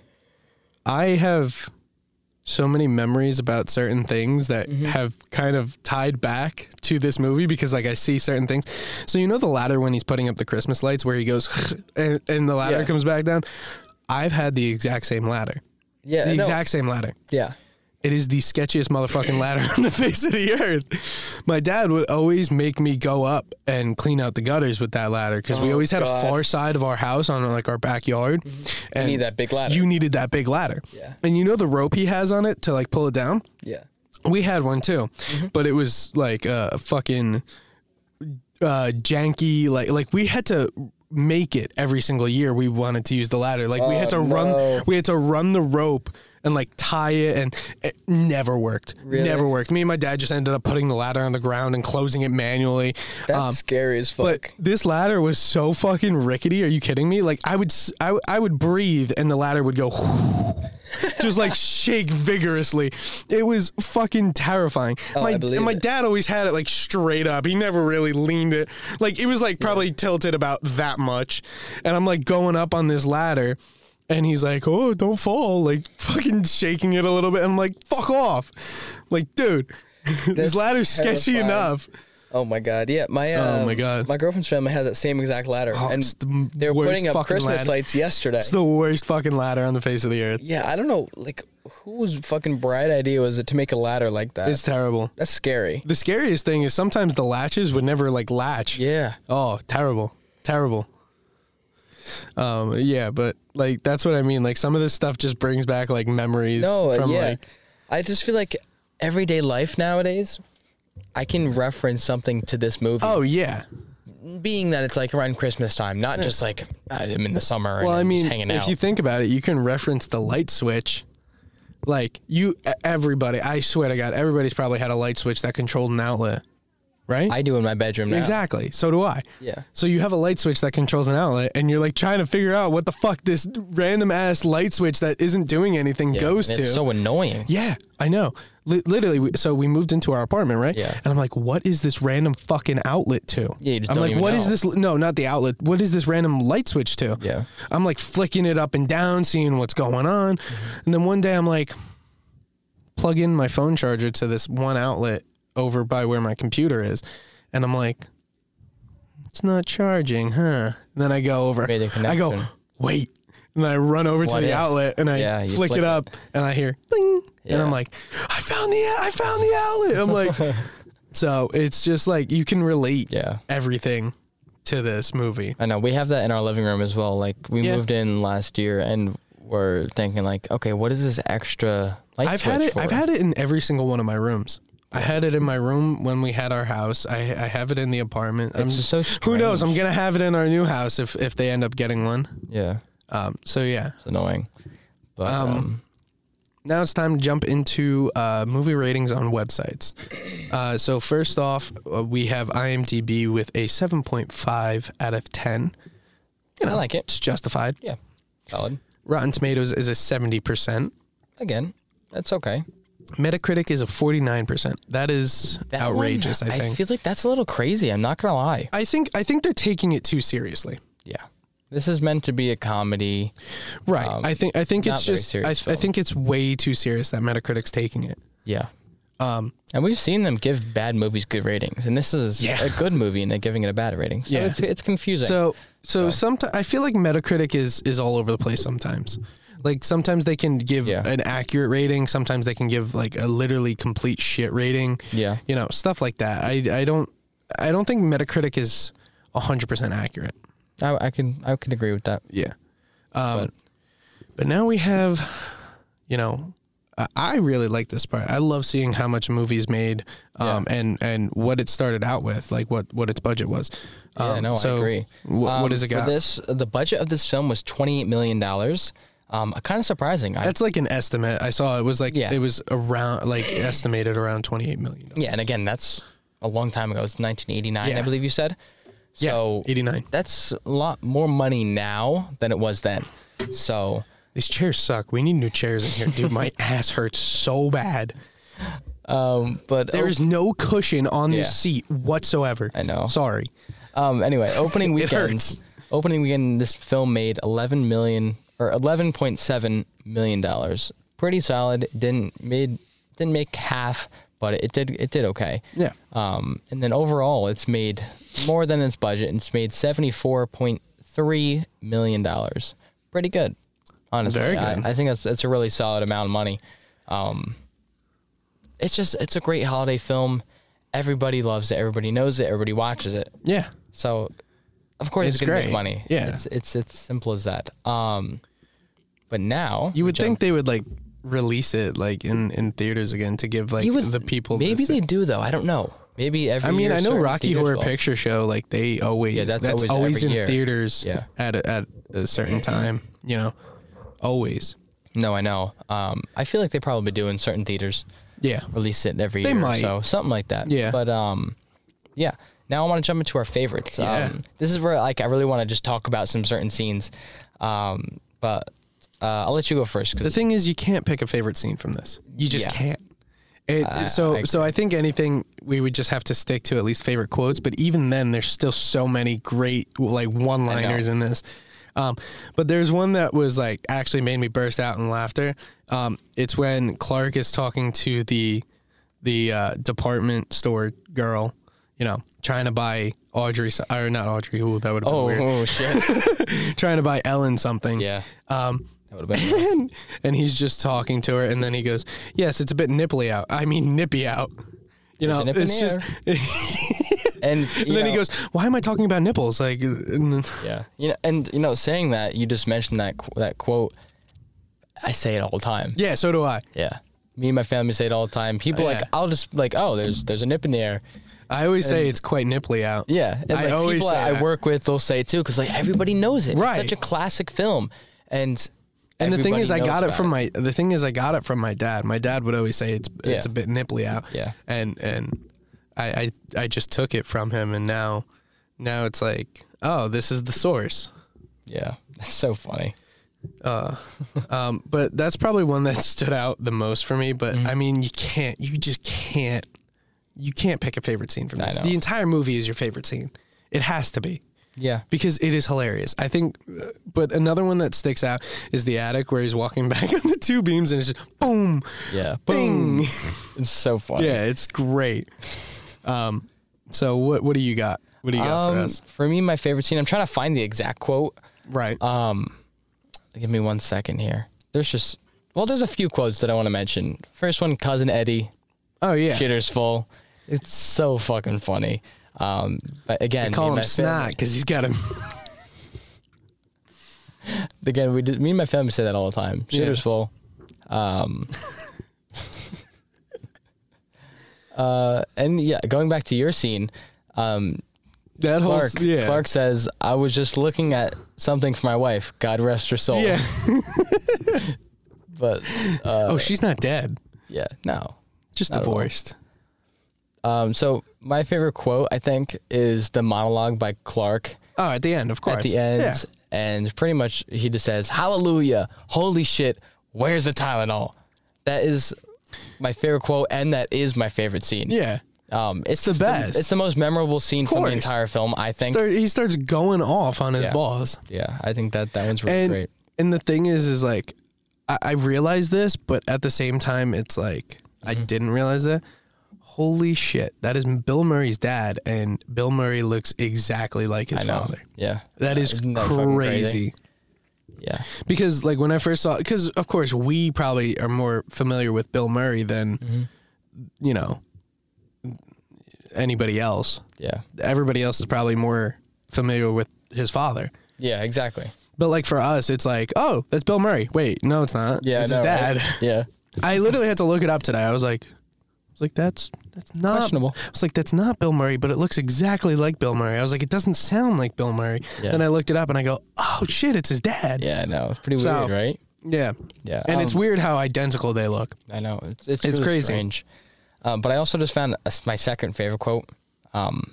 Speaker 1: I have so many memories about certain things that have kind of tied back to this movie because like I see certain things. So you know the ladder when he's putting up the Christmas lights where he goes and, and the ladder
Speaker 3: Yeah.
Speaker 1: comes back down. I've had the exact same ladder.
Speaker 3: Yeah,
Speaker 1: The
Speaker 3: no,
Speaker 1: exact same ladder.
Speaker 3: yeah.
Speaker 1: It is the sketchiest motherfucking ladder on the face of the earth. My dad would always make me go up and clean out the gutters with that ladder because we
Speaker 3: Oh,
Speaker 1: always had
Speaker 3: God. Mm-hmm.
Speaker 1: a far side of our house on like our backyard. And
Speaker 3: need that big ladder.
Speaker 1: You needed that big ladder.
Speaker 3: Yeah.
Speaker 1: And you know the rope he has on it to like pull it down?
Speaker 3: Yeah.
Speaker 1: We had one too,
Speaker 3: Mm-hmm.
Speaker 1: but it was like a fucking uh, janky. Like like we had to make it every single year. We wanted to use the ladder. Like we had to
Speaker 3: Oh,
Speaker 1: run.
Speaker 3: no.
Speaker 1: We had to run the rope and like tie it, and it never worked.
Speaker 3: Really?
Speaker 1: Never worked. Me and my dad just ended up putting the ladder on the ground and closing it manually.
Speaker 3: That's
Speaker 1: Um,
Speaker 3: scary as fuck.
Speaker 1: but this ladder was so fucking rickety. Are you kidding me? Like I would, s- I, w- I would breathe and the ladder would go, just like shake vigorously. It was fucking terrifying. my,
Speaker 3: Oh, I believe
Speaker 1: and my
Speaker 3: it.
Speaker 1: dad always had it like straight up. He never really leaned it. Like it was like probably tilted about that much. And I'm like going up on this ladder. And he's like, "Oh, don't fall!" Like fucking shaking it a little bit. I'm like, "Fuck off!" Like, dude, this
Speaker 3: That's
Speaker 1: ladder's sketchy
Speaker 3: terrifying.
Speaker 1: enough.
Speaker 3: Oh my god, yeah, my
Speaker 1: Oh
Speaker 3: um,
Speaker 1: my God. Oh,
Speaker 3: my girlfriend's family has that same exact ladder, and
Speaker 1: it's the
Speaker 3: they were
Speaker 1: worst
Speaker 3: putting up
Speaker 1: fucking
Speaker 3: Christmas
Speaker 1: ladder.
Speaker 3: lights yesterday.
Speaker 1: It's the worst fucking ladder on the face of the earth.
Speaker 3: yeah, I don't know, like whose fucking bright idea was it to make a ladder like that?
Speaker 1: It's terrible.
Speaker 3: That's scary.
Speaker 1: The scariest thing is sometimes the latches would never like latch.
Speaker 3: Yeah,
Speaker 1: Oh, terrible. Terrible. Um, yeah, but like that's what I mean. Like some of this stuff just brings back like memories
Speaker 3: No, uh,
Speaker 1: from
Speaker 3: yeah.
Speaker 1: like
Speaker 3: I just feel like everyday life nowadays, I can reference something to this movie.
Speaker 1: Oh yeah.
Speaker 3: being that it's like around Christmas time, not just like I'm in the summer.
Speaker 1: Well,
Speaker 3: and
Speaker 1: I
Speaker 3: I'm just
Speaker 1: mean,
Speaker 3: hanging
Speaker 1: if
Speaker 3: out.
Speaker 1: you think about it, you can reference the light switch. Like you, e, everybody. I swear to God, everybody's probably had a light switch that controlled an outlet, right?
Speaker 3: I do in my bedroom now.
Speaker 1: Exactly. So do I.
Speaker 3: Yeah.
Speaker 1: So you have a light switch that controls an outlet, and you're like trying to figure out what the fuck this random ass light switch that isn't doing anything
Speaker 3: Yeah,
Speaker 1: goes
Speaker 3: and
Speaker 1: to.
Speaker 3: It's so annoying.
Speaker 1: Yeah, I know. Li- literally, we, so we moved into our apartment, right?
Speaker 3: Yeah.
Speaker 1: And I'm like, what is this random fucking outlet to?
Speaker 3: Yeah, you just
Speaker 1: I'm
Speaker 3: don't
Speaker 1: like,
Speaker 3: even
Speaker 1: what is
Speaker 3: know.
Speaker 1: this? No, not the outlet. What is this random light switch to?
Speaker 3: Yeah.
Speaker 1: I'm like flicking it up and down, seeing what's going on,
Speaker 3: Mm-hmm.
Speaker 1: and then one day I'm like, plug in my phone charger to this one outlet over by where my computer is, and I'm like, it's not charging, huh? And then I go over.
Speaker 3: Made a
Speaker 1: I go,
Speaker 3: connection.
Speaker 1: wait. And I run over to
Speaker 3: What
Speaker 1: the
Speaker 3: if?
Speaker 1: outlet and I
Speaker 3: Yeah, you
Speaker 1: flick,
Speaker 3: flick
Speaker 1: it
Speaker 3: it.
Speaker 1: up and I hear ding, and I'm
Speaker 3: Yeah.
Speaker 1: like, I found the I found the outlet. I'm like, so it's just like you can relate
Speaker 3: Yeah.
Speaker 1: everything to this movie.
Speaker 3: I know we have that in our living room as well. Like we
Speaker 1: Yeah.
Speaker 3: moved in last year and we're thinking like, okay, what is this extra light
Speaker 1: I've
Speaker 3: switch
Speaker 1: had it.
Speaker 3: for?
Speaker 1: I've had it in every single one of my rooms. I had it in my room when we had our house. I, I have it in the apartment. I'm,
Speaker 3: It's just so
Speaker 1: who knows? I'm gonna have it in our new house if if they end up getting one.
Speaker 3: yeah,
Speaker 1: Um, so yeah,
Speaker 3: it's annoying. But um,
Speaker 1: now it's time to jump into uh, movie ratings on websites. Uh, so first off, uh, we have IMDb with a 7.5 out of 10.
Speaker 3: I like it.
Speaker 1: It's justified.
Speaker 3: Yeah, solid.
Speaker 1: Rotten Tomatoes is a 70%.
Speaker 3: Again, that's okay.
Speaker 1: Metacritic is a 49%. That is
Speaker 3: That one,
Speaker 1: outrageous, I think.
Speaker 3: I feel like that's a little crazy. I'm not gonna lie.
Speaker 1: I think I think they're taking it too seriously.
Speaker 3: Yeah, this is meant to be a comedy.
Speaker 1: Right. I think I think it's
Speaker 3: Um, not very
Speaker 1: just I, I
Speaker 3: serious film.
Speaker 1: think it's way too serious that Metacritic's taking it.
Speaker 3: Yeah.
Speaker 1: Um,
Speaker 3: And we've seen them give bad movies good ratings, and this is
Speaker 1: Yeah.
Speaker 3: a good movie, and they're giving it a bad rating. So
Speaker 1: Yeah.
Speaker 3: it's, it's confusing.
Speaker 1: So so sometimes I feel like Metacritic is is all over the place sometimes. Like sometimes they can give
Speaker 3: Yeah.
Speaker 1: an accurate rating, sometimes they can give like a literally complete shit rating.
Speaker 3: Yeah.
Speaker 1: You know, stuff like that. I I don't I don't think Metacritic is 100% accurate.
Speaker 3: I, I can I can agree with that.
Speaker 1: Yeah. Um but, now we have you know I- I really like this part. I love seeing how much a movie's made um, and and what it started out with, like what what its budget was. Um,
Speaker 3: yeah, no,
Speaker 1: so
Speaker 3: I agree.
Speaker 1: wh- what
Speaker 3: Um,
Speaker 1: does it got?
Speaker 3: For this, the budget of this film was twenty eight million dollars. Um, kind of surprising. I,
Speaker 1: That's like an estimate. I saw it was like
Speaker 3: Yeah.
Speaker 1: it was around like estimated around twenty eight million.
Speaker 3: yeah, and again, that's a long time ago. It's nineteen eighty nine,
Speaker 1: Yeah.
Speaker 3: I believe you said. So
Speaker 1: eighty nine.
Speaker 3: that's a lot more money now than it was then. So
Speaker 1: These chairs suck. We need new chairs in here, dude. My ass hurts so bad.
Speaker 3: Oh. um, but
Speaker 1: There is no cushion on
Speaker 3: Yeah.
Speaker 1: this seat whatsoever.
Speaker 3: I know.
Speaker 1: Sorry.
Speaker 3: Um, anyway, opening weekend.
Speaker 1: hurts.
Speaker 3: opening weekend, this film made eleven million or eleven point seven million dollars. Pretty solid. Didn't made didn't make half, but it did it did okay.
Speaker 1: Yeah.
Speaker 3: Um, and then overall, it's made more than its budget. It's made seventy four point three million dollars. Pretty good, honestly.
Speaker 1: Very
Speaker 3: I-
Speaker 1: good.
Speaker 3: I, think that's that's a really solid amount of money. Um, it's just it's a great holiday film. Everybody loves it. Everybody knows it. Everybody watches it.
Speaker 1: Yeah.
Speaker 3: So, of course, it's,
Speaker 1: It's
Speaker 3: gonna
Speaker 1: great.
Speaker 3: make money.
Speaker 1: Yeah.
Speaker 3: it's it's it's simple as that. Um, but now
Speaker 1: You would
Speaker 3: Jump-
Speaker 1: think they would like release it like in in theaters again to give like
Speaker 3: you would-
Speaker 1: the people.
Speaker 3: Maybe
Speaker 1: this-
Speaker 3: they do though. I don't know. Maybe every.
Speaker 1: I mean,
Speaker 3: year
Speaker 1: I know
Speaker 3: certain
Speaker 1: Rocky
Speaker 3: theaters
Speaker 1: Horror
Speaker 3: will.
Speaker 1: Picture Show. Like they always
Speaker 3: Yeah,
Speaker 1: that's,
Speaker 3: that's
Speaker 1: always,
Speaker 3: always
Speaker 1: in
Speaker 3: every year.
Speaker 1: theaters.
Speaker 3: Yeah.
Speaker 1: At a, at a certain time, you know, always.
Speaker 3: No, I know. Um, I feel like they probably do in certain theaters.
Speaker 1: Yeah.
Speaker 3: Release it every
Speaker 1: They
Speaker 3: year,
Speaker 1: might.
Speaker 3: or so something like that.
Speaker 1: Yeah.
Speaker 3: but um, yeah. Now I want to jump into our favorites.
Speaker 1: Yeah.
Speaker 3: Um, this is where like I really want to just talk about some certain scenes. Um, but uh, I'll let you go first
Speaker 1: The
Speaker 3: because
Speaker 1: thing is, you can't pick a favorite scene from this. You just
Speaker 3: Yeah.
Speaker 1: can't. It, so, so I think anything we would just have to stick to at least favorite quotes. But even then, there's still so many great like one-liners in this. Um, but there's one that was like actually made me burst out in laughter. Um, it's when Clark is talking to the the uh, department store girl, you know, trying to buy Audrey so- or not Audrey. Ooh, that would have been
Speaker 3: oh,
Speaker 1: weird.
Speaker 3: oh shit,
Speaker 1: trying to buy Ellen something.
Speaker 3: yeah,
Speaker 1: Um,
Speaker 3: that would have been.
Speaker 1: and, and he's just talking to her, and then he goes, "Yes, it's a bit nipply out. I mean, nippy out. You know,
Speaker 3: a nip in
Speaker 1: it's
Speaker 3: the
Speaker 1: just
Speaker 3: And, you
Speaker 1: then he
Speaker 3: know-
Speaker 1: goes, "Why am I talking about nipples?" Like, and then-
Speaker 3: Yeah. You know, and you know, saying that, you just mentioned that qu- that quote. I say it all the time.
Speaker 1: yeah, so do I.
Speaker 3: Yeah. Me and my family say it all the time. People
Speaker 1: Oh,
Speaker 3: like
Speaker 1: yeah.
Speaker 3: I'll just like, "Oh, there's there's a nip in the air."
Speaker 1: I always say it's quite nipply out.
Speaker 3: Yeah. And
Speaker 1: I
Speaker 3: like
Speaker 1: always
Speaker 3: people
Speaker 1: say
Speaker 3: I
Speaker 1: that.
Speaker 3: work with, they'll say it too cuz like everybody knows it. It's
Speaker 1: Right.
Speaker 3: such a classic film. And
Speaker 1: And the thing is, I
Speaker 3: everybody
Speaker 1: got
Speaker 3: knows
Speaker 1: it from
Speaker 3: about
Speaker 1: my. The thing is, I got it from my dad. My dad would always say it's it's a
Speaker 3: Yeah.
Speaker 1: bit nipply out.
Speaker 3: Yeah.
Speaker 1: And and I, I I just took it from him, and now now it's like, oh, this is the source.
Speaker 3: Yeah. That's so funny.
Speaker 1: Um, but that's probably one that stood out the most for me. But
Speaker 3: Mm-hmm.
Speaker 1: I mean, you can't. You just can't. You can't pick a favorite scene from
Speaker 3: I
Speaker 1: this.
Speaker 3: know.
Speaker 1: The entire movie is your favorite scene. It has to be.
Speaker 3: Yeah.
Speaker 1: because it is hilarious. I think, uh, but another one that sticks out is the attic where he's walking back on the two beams and it's just boom,
Speaker 3: Yeah.
Speaker 1: bing.
Speaker 3: It's so funny.
Speaker 1: yeah, it's great. Um, so what what do you got? What do you got for
Speaker 3: Um,
Speaker 1: us?
Speaker 3: for me, my favorite scene. I'm trying to find the exact quote.
Speaker 1: Right.
Speaker 3: uh, Um, Give me one second here. There's just well, there's a few quotes that I want to mention. First one, cousin Eddie,
Speaker 1: oh yeah.
Speaker 3: shitter's full. It's so fucking funny. Um, but again, me
Speaker 1: Call
Speaker 3: and
Speaker 1: him
Speaker 3: my
Speaker 1: snot
Speaker 3: family-
Speaker 1: because he's got him.
Speaker 3: Again, we did, me and my family say that all the time. Shitter's
Speaker 1: Yeah.
Speaker 3: full. Um, uh, and yeah, going back to your scene, um,
Speaker 1: That whole
Speaker 3: Clark.
Speaker 1: s- yeah.
Speaker 3: Clark says, "I was just looking at something for my wife. God rest her soul."
Speaker 1: Yeah.
Speaker 3: But uh,
Speaker 1: oh, she's not dead.
Speaker 3: yeah, no.
Speaker 1: Just
Speaker 3: not at all.
Speaker 1: divorced.
Speaker 3: Um, so my favorite quote, I think, is the monologue by Clark
Speaker 1: Oh, at the end, of course.
Speaker 3: at the end,
Speaker 1: Yeah.
Speaker 3: and pretty much he just says, "Hallelujah, holy shit, where's the Tylenol?" That is my favorite quote, and that is my favorite scene.
Speaker 1: Yeah.
Speaker 3: um, it's
Speaker 1: the
Speaker 3: just
Speaker 1: best.
Speaker 3: it's the most memorable scene from the
Speaker 1: course.
Speaker 3: entire film. I think.
Speaker 1: Start- he starts going off on his
Speaker 3: Yeah.
Speaker 1: boss.
Speaker 3: yeah, I think that that one's really
Speaker 1: and
Speaker 3: great.
Speaker 1: and the thing is is like I, I realize this but at the same time it's like i
Speaker 3: Mm-hmm.
Speaker 1: didn't realize that holy shit that is bill murray's dad and bill murray looks exactly like his
Speaker 3: I know.
Speaker 1: father
Speaker 3: Yeah,
Speaker 1: that is
Speaker 3: Isn't that fucking
Speaker 1: crazy
Speaker 3: yeah,
Speaker 1: because like when i first saw because of course we probably are more familiar with bill murray than
Speaker 3: Mm-hmm.
Speaker 1: you know anybody else
Speaker 3: yeah,
Speaker 1: everybody else is probably more familiar with his father
Speaker 3: yeah. Exactly.
Speaker 1: but like for us, it's like, oh, that's Bill Murray. Wait, no, it's not.
Speaker 3: Yeah,
Speaker 1: it's
Speaker 3: I
Speaker 1: his
Speaker 3: know, right?
Speaker 1: dad.
Speaker 3: Yeah,
Speaker 1: I literally had to look it up today. I was like, I was like, that's that's not.
Speaker 3: Questionable.
Speaker 1: I was like, that's not Bill Murray, but it looks exactly like Bill Murray. I was like, it doesn't sound like Bill Murray.
Speaker 3: Yeah.
Speaker 1: Then I looked it up and I go, oh shit, it's his dad.
Speaker 3: yeah. No, it's pretty
Speaker 1: So-
Speaker 3: weird, right?
Speaker 1: Yeah,
Speaker 3: Yeah,
Speaker 1: And it's
Speaker 3: um,
Speaker 1: weird how identical they look.
Speaker 3: I know it's it's,
Speaker 1: It's
Speaker 3: really
Speaker 1: crazy.
Speaker 3: Strange. Um, but I also just found a s my second favorite quote. Um,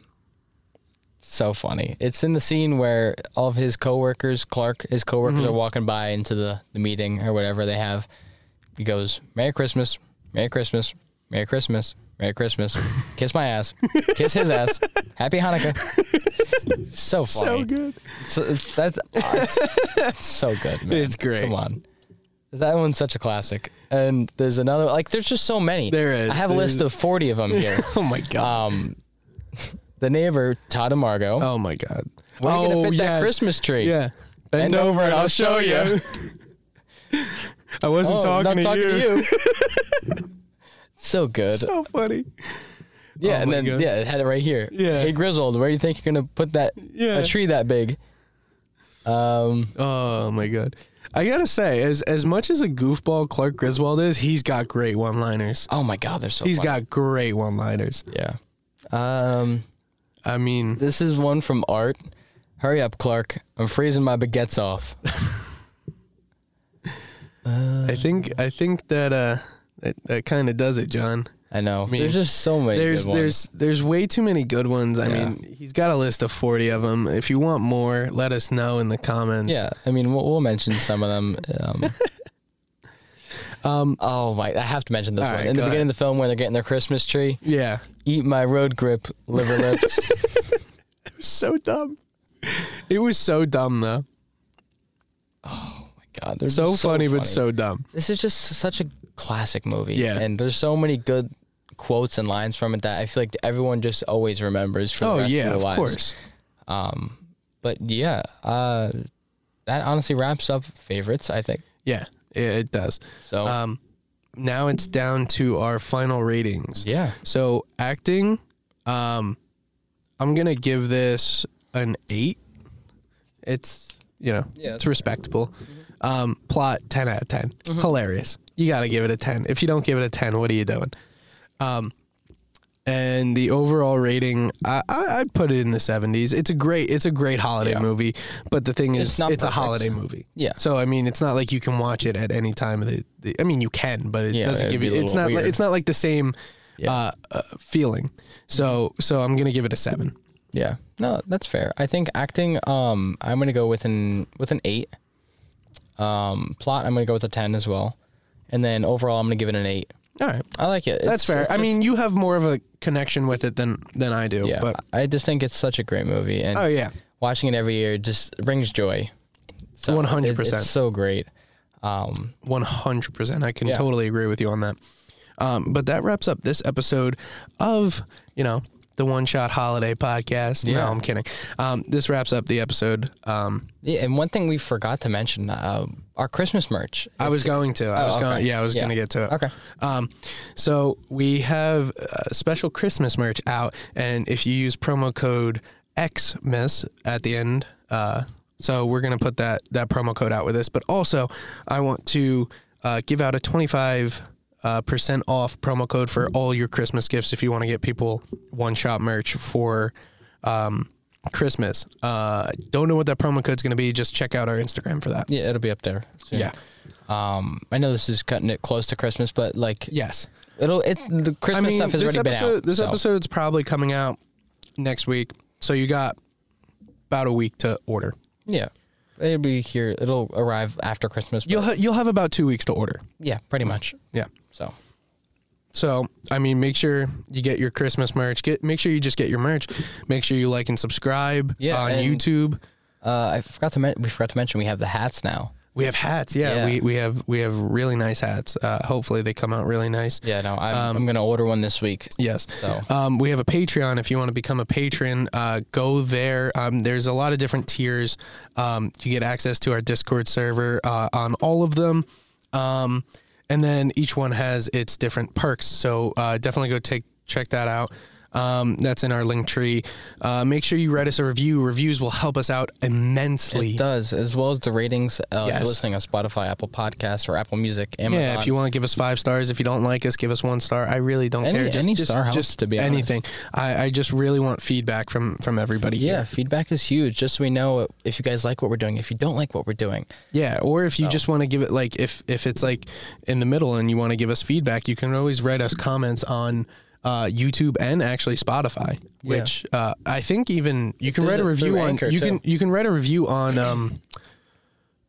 Speaker 3: so funny. It's in the scene where all of his coworkers, Clark, his coworkers
Speaker 1: Mm-hmm.
Speaker 3: are walking by into the, the meeting or whatever they have. He goes, "Merry Christmas, Merry Christmas, Merry Christmas, Merry Christmas, kiss my ass, kiss his ass, Happy Hanukkah." So funny.
Speaker 1: So good.
Speaker 3: So, it's- that's oh, it's, it's so good. Man.
Speaker 1: It's great.
Speaker 3: Come on, that one's such a classic. And there's another like there's just so many.
Speaker 1: There is.
Speaker 3: I have a list of forty of them here.
Speaker 1: Oh my god.
Speaker 3: um, the neighbor Todd and Margot.
Speaker 1: oh my god.
Speaker 3: Where are you
Speaker 1: oh
Speaker 3: gonna fit that
Speaker 1: yes.
Speaker 3: Christmas tree?
Speaker 1: Yeah. Bend,
Speaker 3: Bend
Speaker 1: over and I'll show
Speaker 3: ya.
Speaker 1: you. I wasn't
Speaker 3: Oh,
Speaker 1: talking,
Speaker 3: not
Speaker 1: to,
Speaker 3: talking
Speaker 1: you.
Speaker 3: to you. so good.
Speaker 1: So funny.
Speaker 3: yeah,
Speaker 1: Oh
Speaker 3: and
Speaker 1: my
Speaker 3: then
Speaker 1: God.
Speaker 3: yeah, it had it right here.
Speaker 1: Yeah.
Speaker 3: Hey Grizzled, where do you think you're gonna put that
Speaker 1: Yeah.
Speaker 3: a tree that big? Um,
Speaker 1: Oh my god. I gotta say, as as much as a goofball Clark Griswold is, he's got great one liners.
Speaker 3: oh my God, they're so.
Speaker 1: He's
Speaker 3: funny.
Speaker 1: got great one liners.
Speaker 3: yeah. Um.
Speaker 1: I mean
Speaker 3: This is one from Art. Hurry up, Clark. I'm freezing my baguettes off.
Speaker 1: I think I think that uh that, that kinda does it, John.
Speaker 3: I know. there's just so many.
Speaker 1: There's
Speaker 3: good ones.
Speaker 1: there's there's way too many good ones. I
Speaker 3: Yeah.
Speaker 1: mean, he's got a list of 40 of them. If you want more, let us know in the comments.
Speaker 3: Yeah, I mean, we'll, we'll mention some of them. Um, oh my! I have to mention this
Speaker 1: Um, All
Speaker 3: one
Speaker 1: right,
Speaker 3: in the
Speaker 1: go
Speaker 3: beginning of the film when they're getting their Christmas tree.
Speaker 1: Yeah.
Speaker 3: Eat my road grip liver lips.
Speaker 1: So dumb. It was so dumb though.
Speaker 3: God, they're
Speaker 1: So,
Speaker 3: just
Speaker 1: funny, but so dumb.
Speaker 3: this is just such a classic movie.
Speaker 1: Yeah.
Speaker 3: and there's so many good quotes and lines from it that I feel like everyone just always remembers for the
Speaker 1: Oh
Speaker 3: rest
Speaker 1: yeah,
Speaker 3: of their
Speaker 1: of
Speaker 3: lives.
Speaker 1: course.
Speaker 3: But yeah, uh, that honestly wraps up favorites. I think
Speaker 1: Yeah, it does.
Speaker 3: so.
Speaker 1: Um, now it's down to our final ratings.
Speaker 3: yeah,
Speaker 1: So acting, um, I'm gonna give this an eight. It's you know
Speaker 3: Yeah, Mm-hmm.
Speaker 1: it's respectable. Um, plot ten out of 10 hilarious. You gotta give it a ten. If you don't give it a ten, what are you doing? Um, and the overall rating, I, I I'd put it in the seventies. It's a great it's a great holiday
Speaker 3: Yeah.
Speaker 1: movie, but the thing is,
Speaker 3: It's
Speaker 1: it's,
Speaker 3: not
Speaker 1: a
Speaker 3: perfect.
Speaker 1: holiday movie.
Speaker 3: Yeah.
Speaker 1: So I mean, it's not like you can watch it at any time of the. the I mean, you can, but it
Speaker 3: Yeah,
Speaker 1: doesn't
Speaker 3: it'd
Speaker 1: give
Speaker 3: be
Speaker 1: you.
Speaker 3: a
Speaker 1: It's
Speaker 3: little
Speaker 1: not. Like,
Speaker 3: weird.
Speaker 1: it's not like the same uh, uh, feeling. So so I'm gonna give it a seven.
Speaker 3: Yeah. No, that's fair. I think acting, um, I'm gonna go with an with an eight. Um, plot, I'm gonna go with a ten as well, and then overall, I'm gonna give it an eight.
Speaker 1: All right,
Speaker 3: I like it.
Speaker 1: that's
Speaker 3: It's-
Speaker 1: fair.
Speaker 3: it's
Speaker 1: I
Speaker 3: just-
Speaker 1: mean, you have more of a connection with it than than I do.
Speaker 3: yeah.
Speaker 1: But
Speaker 3: I just think it's such a great movie, and
Speaker 1: oh yeah,
Speaker 3: watching it every year just brings joy. So it-
Speaker 1: 100%.
Speaker 3: It's so great. Um,
Speaker 1: one hundred percent. I can
Speaker 3: Yeah.
Speaker 1: totally agree with you on that. Um, but that wraps up this episode of you know the one shot holiday podcast.
Speaker 3: Yeah.
Speaker 1: No, I'm kidding. Um, this wraps up the episode. Um,
Speaker 3: yeah, and one thing we forgot to mention, uh, our Christmas merch.
Speaker 1: I was going to. I
Speaker 3: Oh,
Speaker 1: was going.
Speaker 3: okay.
Speaker 1: Yeah, I was
Speaker 3: Yeah.
Speaker 1: going to get to it.
Speaker 3: Okay.
Speaker 1: Um, so we have uh, special Christmas merch out, and if you use promo code XMIS at the end, uh, so we're going to put that that promo code out with this. But also, I want to uh, give out a twenty five. Uh, percent off promo code for all your Christmas gifts if you want to get people one shot merch for um, Christmas. Uh, don't know what that promo code's going to be. Just check out our Instagram for that.
Speaker 3: Yeah, it'll be up there. Soon.
Speaker 1: Yeah.
Speaker 3: Um, I know this is cutting it close to Christmas, but like
Speaker 1: Yes.
Speaker 3: it'll it the Christmas stuff has
Speaker 1: this
Speaker 3: already
Speaker 1: episode,
Speaker 3: been out.
Speaker 1: This
Speaker 3: so-
Speaker 1: episode's probably coming out next week, so you got about a week to order.
Speaker 3: Yeah. It'll be here. It'll arrive after Christmas. but-
Speaker 1: You'll ha- you'll have about two weeks to order.
Speaker 3: yeah, pretty much.
Speaker 1: Yeah.
Speaker 3: So
Speaker 1: So I mean, make sure you get your Christmas merch. Get make sure you just get your merch. Make sure you like and subscribe
Speaker 3: Yeah,
Speaker 1: on
Speaker 3: and-
Speaker 1: YouTube.
Speaker 3: uh, I forgot to men- we forgot to mention we have the hats now.
Speaker 1: We have hats. Yeah,
Speaker 3: Yeah.
Speaker 1: We, we have we have really nice hats. Uh, hopefully they come out really nice.
Speaker 3: Yeah, no, I'm, I'm gonna order one this week.
Speaker 1: Yes.
Speaker 3: So.
Speaker 1: Um, we have a Patreon. If you want to become a patron, uh, go there. Um, there's a lot of different tiers. Um, you get access to our Discord server uh, on all of them. Um, and then each one has its different perks. So uh, definitely go take check that out. Um, that's in our link tree. Uh, make sure you write us a review. Reviews will help us out immensely.
Speaker 3: It does, as well as the ratings. Uh, If
Speaker 1: Yes.
Speaker 3: you're listening on Spotify, Apple Podcasts, or Apple Music, Amazon.
Speaker 1: Yeah, if you want to give us five stars, if you don't like us, give us one star. I really don't
Speaker 3: Any-
Speaker 1: care. Just,
Speaker 3: any
Speaker 1: just-
Speaker 3: star helps,
Speaker 1: just
Speaker 3: to be honest.
Speaker 1: anything. I, I just really want feedback from from everybody.
Speaker 3: yeah,
Speaker 1: here.
Speaker 3: feedback is huge. Just so we know if you guys like what we're doing, if you don't like what we're doing.
Speaker 1: Yeah, or if you just want to give it like if if it's like in the middle and you want to give us feedback, you can always write us comments on uh, YouTube and actually Spotify, which uh, I think even you can
Speaker 3: There's
Speaker 1: write a
Speaker 3: a-
Speaker 1: review
Speaker 3: through
Speaker 1: on
Speaker 3: Anchor,
Speaker 1: you
Speaker 3: too.
Speaker 1: can you can write a review on um,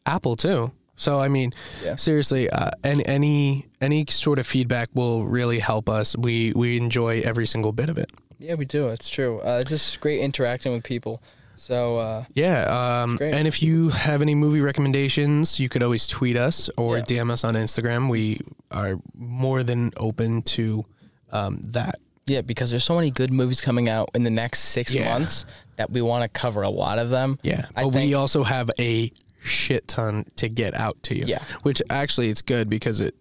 Speaker 1: Apple too. So I mean,
Speaker 3: Yeah.
Speaker 1: seriously, uh, and any any sort of feedback will really help us. We we enjoy every single bit of it.
Speaker 3: Yeah, we do. It's true. Uh, just great interacting with people. So uh,
Speaker 1: Yeah. Um,
Speaker 3: great.
Speaker 1: and if you have any movie recommendations, you could always tweet us or
Speaker 3: Yeah.
Speaker 1: DM us on Instagram. We are more than open to um, that.
Speaker 3: yeah, because there's so many good movies coming out in the next six
Speaker 1: Yeah.
Speaker 3: months that we want to cover a lot of them.
Speaker 1: Yeah.
Speaker 3: I
Speaker 1: but
Speaker 3: think-
Speaker 1: we also have a shit ton to get out to you.
Speaker 3: Yeah.
Speaker 1: Which actually it's good because it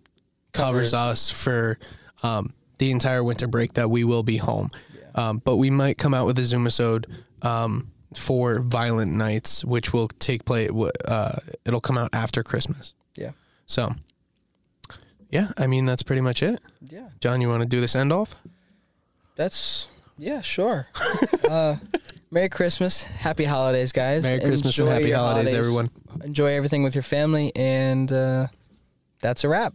Speaker 1: covers,
Speaker 3: Covers.
Speaker 1: us for um, the entire winter break that we will be home. Um, but we might come out with a Zoomisode um, for Violent Nights, which will take place. Uh, it'll come out after Christmas.
Speaker 3: Yeah.
Speaker 1: So, yeah, I mean, that's pretty much it.
Speaker 3: Yeah.
Speaker 1: John, you want to do this end off?
Speaker 3: That's yeah, sure. uh, Merry Christmas, Happy Holidays, guys.
Speaker 1: Merry Christmas and
Speaker 3: Enjoy
Speaker 1: happy
Speaker 3: your
Speaker 1: holidays, everyone.
Speaker 3: Enjoy everything with your family, and uh, that's a wrap.